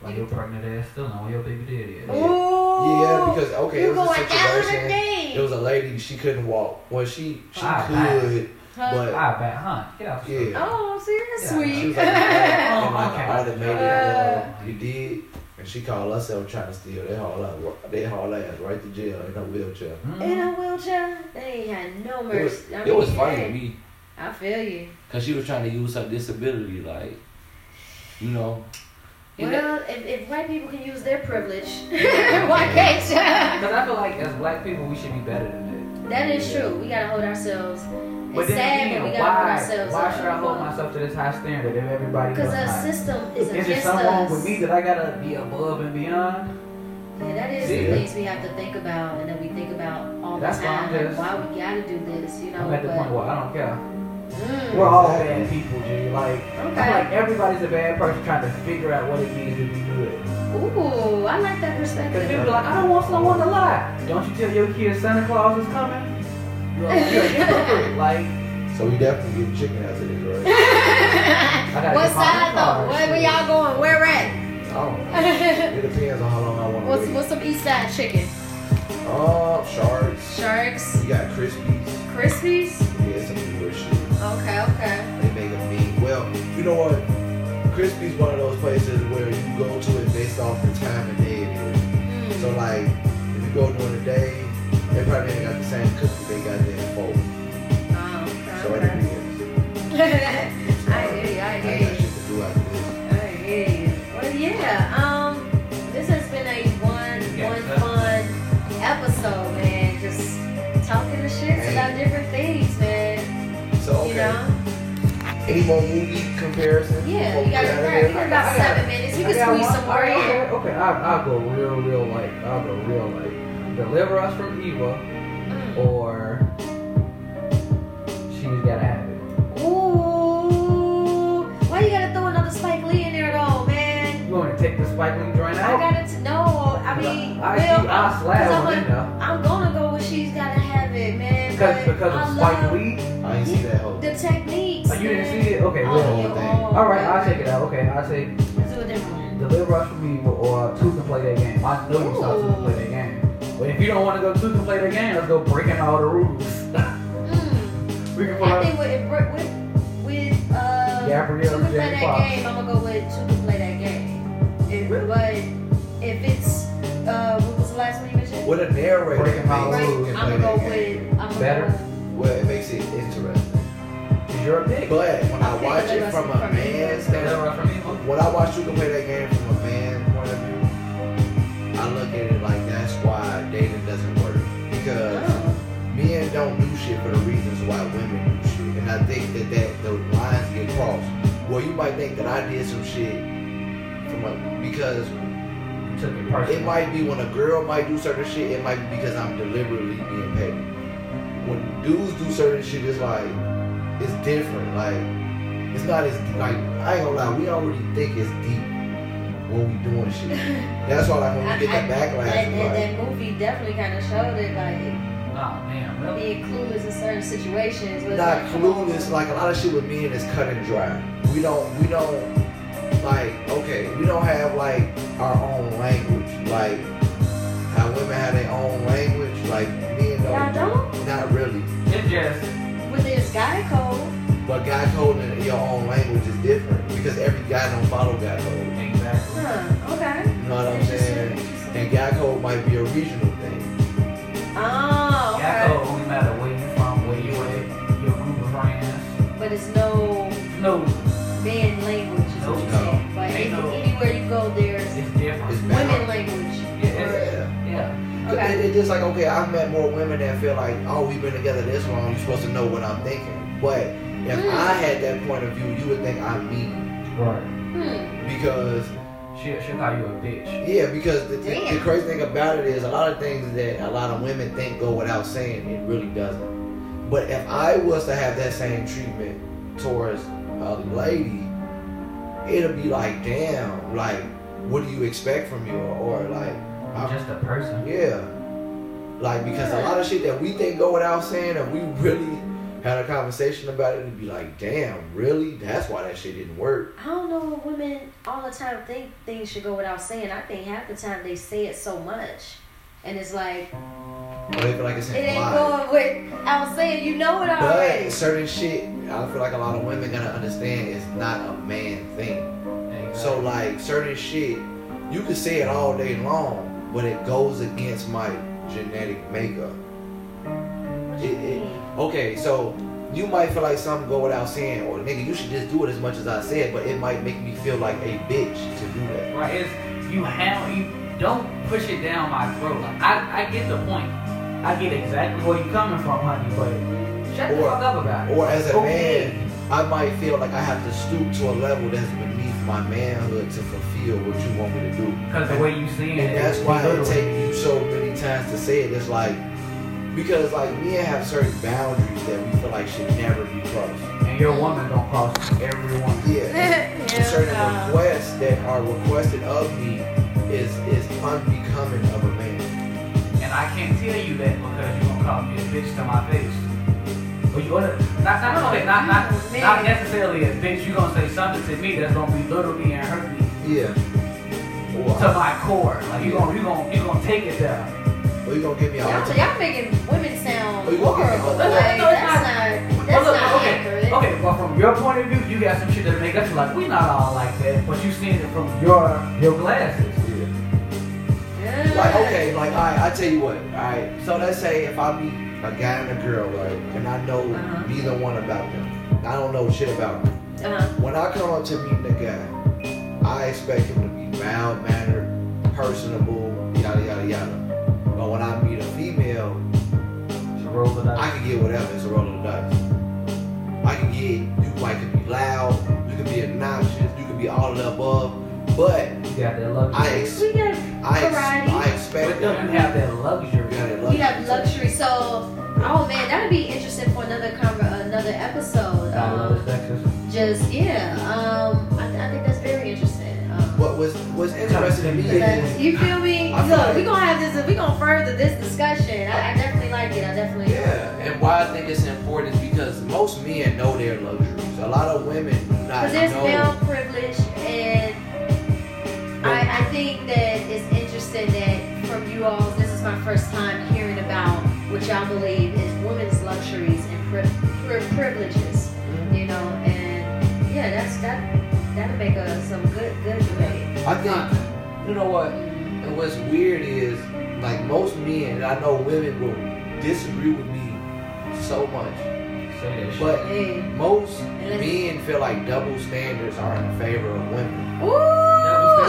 S3: Like your pregnant ass still know where your baby daddy is.
S4: Yeah. yeah, because okay,
S1: you
S4: it was a
S1: going out of the
S4: situation.
S1: day.
S4: It was a lady. She couldn't walk. Well, she she
S3: Ah,
S4: could,
S1: Huh?
S3: I
S4: but
S3: bet, huh? Get out.
S4: yeah.
S1: oh, see, that's
S3: Yeah.
S4: She
S1: sweet.
S4: was like,
S3: Oh,
S4: and like
S3: okay.
S4: an automated,
S1: Uh.
S4: uh, you did. And she called herself trying to steal. They haul her, they haul ass right to jail in a wheelchair.
S3: Mm.
S1: In a wheelchair, they ain't had no mercy.
S2: It was,
S1: I
S2: it was
S1: mean,
S2: funny
S1: hey,
S2: to me
S1: I feel you.
S2: because she was trying to use her disability, like, you know. And that-
S1: Well, if, if white people can use their privilege, why can't
S3: Because I feel like as black people, we should be better than
S1: you? That is true. We gotta hold ourselves.
S3: that.
S1: It's
S3: But
S1: sad,
S3: then
S1: but we
S3: again,
S1: gotta hold
S3: why,
S1: ourselves.
S3: why
S1: up.
S3: should I hold myself to this high standard if everybody
S1: Because
S3: does
S1: our
S3: not?
S1: system is
S3: Is there
S1: against
S3: something wrong with
S1: us.
S3: me that I gotta be above and beyond?
S1: Yeah, that is
S3: See?
S1: the things we have to think about and that we think about all
S3: That's
S1: the
S3: why I'm
S1: time. like,
S3: just-
S1: why we gotta do this, you know?
S3: I'm at the point
S1: But,
S3: where I don't care.
S1: mm,
S3: We're all bad people, G. Like, I feel like
S1: okay.
S3: everybody's a bad person trying to figure out what it means to be good.
S1: Ooh, I like that
S3: Because
S1: perspective.
S3: people be like, I don't want someone to lie. Don't you tell your kids Santa Claus is coming? You're a you're a hypocrite. Like,
S4: So we definitely get chicken out of this, right?
S3: I gotta
S1: What
S3: get my
S1: side
S3: car.
S1: though? Where were y'all going? Where we're at?
S4: Oh, it depends on how long I want to
S1: what's
S4: wait.
S1: what's some East Side chicken?
S4: Oh, sharks.
S1: Sharks,
S4: You got crispies.
S1: Krispies.
S4: Yeah, some weird shit.
S1: Okay, okay.
S4: They make a mean. Well, you know what? Crispies one of those places where you go to it based off the time of day it is.
S1: Mm.
S4: So like, if you go during the day, they probably ain't got the same cookies they got there for.
S1: Oh,
S4: So it
S1: okay,
S4: depends.
S1: okay. I hear you. I
S4: I
S1: hear
S4: got
S1: you.
S4: shit to do after this.
S1: I hear you. Well, yeah. Um, this has been a one
S3: Yeah,
S1: one
S3: that's-
S1: fun episode, man. Just talking the shit about different things, man.
S4: So
S1: You
S4: okay,
S1: know?
S4: any more movie comparisons?
S1: Yeah,
S4: before
S1: we got
S4: get
S1: to
S4: out of
S1: wrap. We
S4: here?
S1: got about
S3: I got-
S1: seven minutes. We
S3: I
S1: can
S3: got
S1: squeeze
S3: one-
S1: some more
S3: okay,
S1: in.
S3: Okay, I, I'll go real, real like, I'll go real like, deliver us from evil
S1: Mm.
S3: or she's gotta have it.
S1: Mm. Ooh. Why you gotta throw another Spike Lee in there though, man?
S3: You want to take the Spike Lee joint
S1: I
S3: out?
S1: gotta t- know. I mean,
S3: I,
S1: well,
S3: I, I slap
S1: I'm
S3: one
S1: like-
S3: in there.
S1: I'm gonna go with she's gotta have it, man.
S3: Because,
S1: but
S3: because
S1: I
S3: of Spike
S1: love
S3: Lee?
S4: I ain't see that whole.
S1: The techniques.
S3: Oh, you
S1: man.
S3: didn't see it? Okay,
S1: Oh,
S3: well.
S4: yeah.
S1: you-
S4: thing.
S1: oh,
S3: Alright, I'll
S1: okay.
S3: take it out. Okay, I'll say
S1: Let's do a different one.
S3: deliver us from evil or two can play their game. I know you saw two can play their game. But if you don't want to go two can play their game, let's go breaking all the rules.
S1: Mm.
S3: we can
S1: I
S3: play.
S1: think with with with uh,
S3: Gabrielle
S1: two can play
S3: J.
S1: that
S3: Fox.
S1: game. I'm gonna go with two can play that game. If,
S3: Really?
S1: But if it's uh, what was the last one you mentioned?
S4: With a narrator,
S3: Breaking
S4: it
S3: my
S4: makes
S3: rules.
S4: it
S1: I'm gonna
S4: play
S1: go
S4: that game.
S1: with. I'm gonna
S3: Better?
S1: Go,
S4: Well, it makes it interesting.
S3: Is your pick?
S4: But when I
S1: Okay,
S4: watch
S1: let
S4: it
S1: us
S4: from
S1: see
S4: a
S1: from
S4: man's standpoint,
S3: Deliver us from evil.
S4: when I watch you can play that game from a man's point of view, I look at it like that's why dating doesn't work because.
S1: oh,
S4: Men don't do shit for the reasons why women do shit, and I think that that the lines get crossed. Well, you might think that I did some shit from a, because
S3: You took it
S4: it
S3: personally.
S4: might be when a girl might do certain shit, it might be because I'm deliberately being petty. When dudes do certain shit, it's like it's different. Like it's not as like I ain't gonna lie, we already think it's deep when we doing shit. That's why like when
S1: I-
S4: we get the
S1: I-
S4: backlash,
S1: that,
S4: it's
S1: that,
S4: like,
S1: that movie definitely kind of showed it, like
S3: Nah, man. Really?
S1: being clueless in certain situations. Was like,
S4: not
S1: oh,
S4: clueless. Like a lot of shit with men is cut and dry. We don't, we don't, like, okay, we don't have like our own language. Like how women have their own like me and
S1: Y'all
S4: them.
S1: don't?
S4: Not really.
S3: It's just
S1: Well, there's guy code.
S4: But God code in your own language is different because every guy don't follow God code.
S3: exactly.
S1: Huh, okay.
S4: You know what I'm
S1: Interesting,
S4: saying?
S1: interesting.
S4: And God code might be a regional thing.
S1: Oh,
S3: That
S1: okay.
S3: code only matter where you from, where you at, your group of friends.
S1: But it's no
S3: No,
S1: man language, is what you
S4: No.
S1: said. But
S3: Ain't no-
S1: anywhere you go, there's
S3: it's different.
S4: It's
S1: women
S4: bad.
S1: language.
S3: Yeah,
S4: Yeah.
S3: it's, yeah.
S1: Okay.
S4: It, it's just like okay, I've met more women that feel like oh we've been together this long. You're supposed to know what I'm thinking. But if
S1: Mm.
S4: I had that point of view, you would think I'm mean
S3: Right.
S1: Hmm.
S4: because
S3: She'll, she'll call you a bitch.
S4: Yeah, because the, the, the
S1: Damn.
S4: crazy thing about it is a lot of things that a lot of women think go without saying, it really doesn't. But if I was to have that same treatment towards a lady, it'll be like, damn, like, what do you expect from you? Or, like, I,
S3: I'm just a person.
S4: yeah. Like, because a lot of shit that we think go without saying, if we really had a conversation about it, it'd be like, damn, really? That's why that shit didn't work.
S1: I don't know what women all the time think things should go without saying. I think half the time they say it so much. And it's like,
S4: Or they feel like it's
S1: it ain't
S4: implied.
S1: going without saying. You know it already.
S4: But certain shit, I feel like a lot of women gotta understand is not a man thing. So
S3: Exactly.
S4: like certain shit, you can say it all day long, but it goes against my genetic makeup.
S1: What you
S4: it- it-
S1: mean?
S4: Okay, so you might feel like something go without saying, or nigga, you should just do it as much as I said, but it might make me feel like a bitch to do that.
S3: Right, it's you have you don't push it down my throat. Like, I, I get the point. I get exactly where you're coming from, honey, but shut the
S4: Or-
S3: fuck up about it.
S4: Or as a
S3: Okay.
S4: man, I might feel like I have to stoop to a level that's beneath my manhood to fulfill what you want me to do.
S3: Because the way you see it,
S4: And that's why it
S3: it's
S4: takes you so many times to say it. It's like because like we have certain boundaries that we feel like should never be crossed.
S3: and your woman gonna cross every woman.
S4: Yeah. And certain
S1: Yeah.
S4: requests that are requested of me is is unbecoming of a man.
S3: And I can't tell you that because you gonna call me a bitch to my face. But you wanna not not not, not, not,
S1: Oh, man.
S3: not necessarily a bitch. You gonna say something to me that's gonna belittle me and hurt me
S4: Yeah.
S3: to
S4: Or,
S3: my core. Like you gonna you gonna you gonna take it there.
S4: or you gonna give me all
S1: Y'all,
S4: the
S1: y'all making women sound
S4: Oh, you
S1: horrible.
S4: okay.
S1: Like,
S4: No,
S1: that's
S4: no,
S3: no, it's
S1: not, that's
S3: Well, Oh, look,
S1: not
S3: okay,
S1: accurate.
S3: Okay, well from your point of view, you got some shit that make us feel like we not all like that, but you seeing it from your your glasses.
S4: Yeah.
S1: Yeah.
S4: Like okay, like I I tell you what, alright. So let's say if I meet a guy and a girl, right, and I know
S1: Uh-huh.
S4: neither one about them. I don't know shit about them.
S1: Uh-huh.
S4: When I come up to meeting a guy, I expect him to be mild mannered, personable, yada yada yada. But when I meet a female,
S3: To roll it
S4: I
S3: up.
S4: can get whatever. It's a roll of the dice. I can get you might can be loud, you can be obnoxious, you can be all of the above. But
S3: You got that luxury.
S4: I ex-
S1: We got
S4: I ex- I
S3: but
S4: expect
S3: you
S4: them.
S3: have that luxury.
S1: we have luxury. So, oh man, that'd be interesting for another conver- another episode.
S3: I love
S1: Um,
S3: sexism.
S1: just yeah, um, I, I think that's very interesting. Um,
S4: What was what's interesting to me
S1: but
S4: is
S1: you feel me?
S4: I feel
S1: Look,
S4: like-
S1: we gonna have this. We gonna further this discussion. I, I definitely like it. I definitely.
S4: yeah, and why I think it's important is because most men know their luxuries. A lot of women do not
S1: Because there's
S4: know.
S1: male privilege, and I, I think that it's interesting that from you all, this is my first time hearing about what y'all believe is women's luxuries and pri- pri- privileges, you know, and yeah, that's that. That'll make a, some good good debate.
S4: I think you know what. And what's weird is like most men, and I know women will disagree with me so much,
S3: Say that shit.
S4: but
S1: Hey,
S4: most
S1: and let's,
S4: men feel like double standards are in favor of women.
S1: ooh,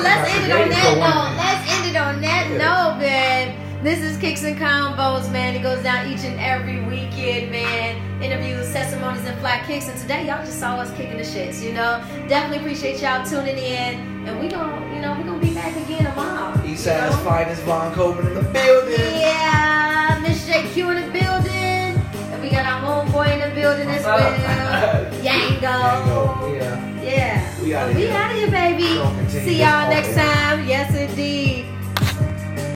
S1: let's end it on
S3: Created for women.
S1: that note. Let's end it on that note, man. This is Kicks and Combos, man. It goes down each and every weekend, man. Interviews, testimonies, and flat kicks. And today, y'all just saw us kicking the shits, you know. Definitely appreciate y'all tuning in. And we gon' you know, we gonna be back again tomorrow. you
S4: East Side's
S1: know?
S4: finest Von Coleman in the building.
S1: Yeah, Miss JQ in the building. And we got our homeboy in the building as well.
S4: Yango.
S1: Yango.
S3: yeah.
S1: Yeah.
S4: We outta
S1: But we
S4: here.
S1: out of here, baby.
S4: Gonna continue
S1: See
S4: this
S1: y'all
S4: all
S1: next
S4: day.
S1: time. Yes,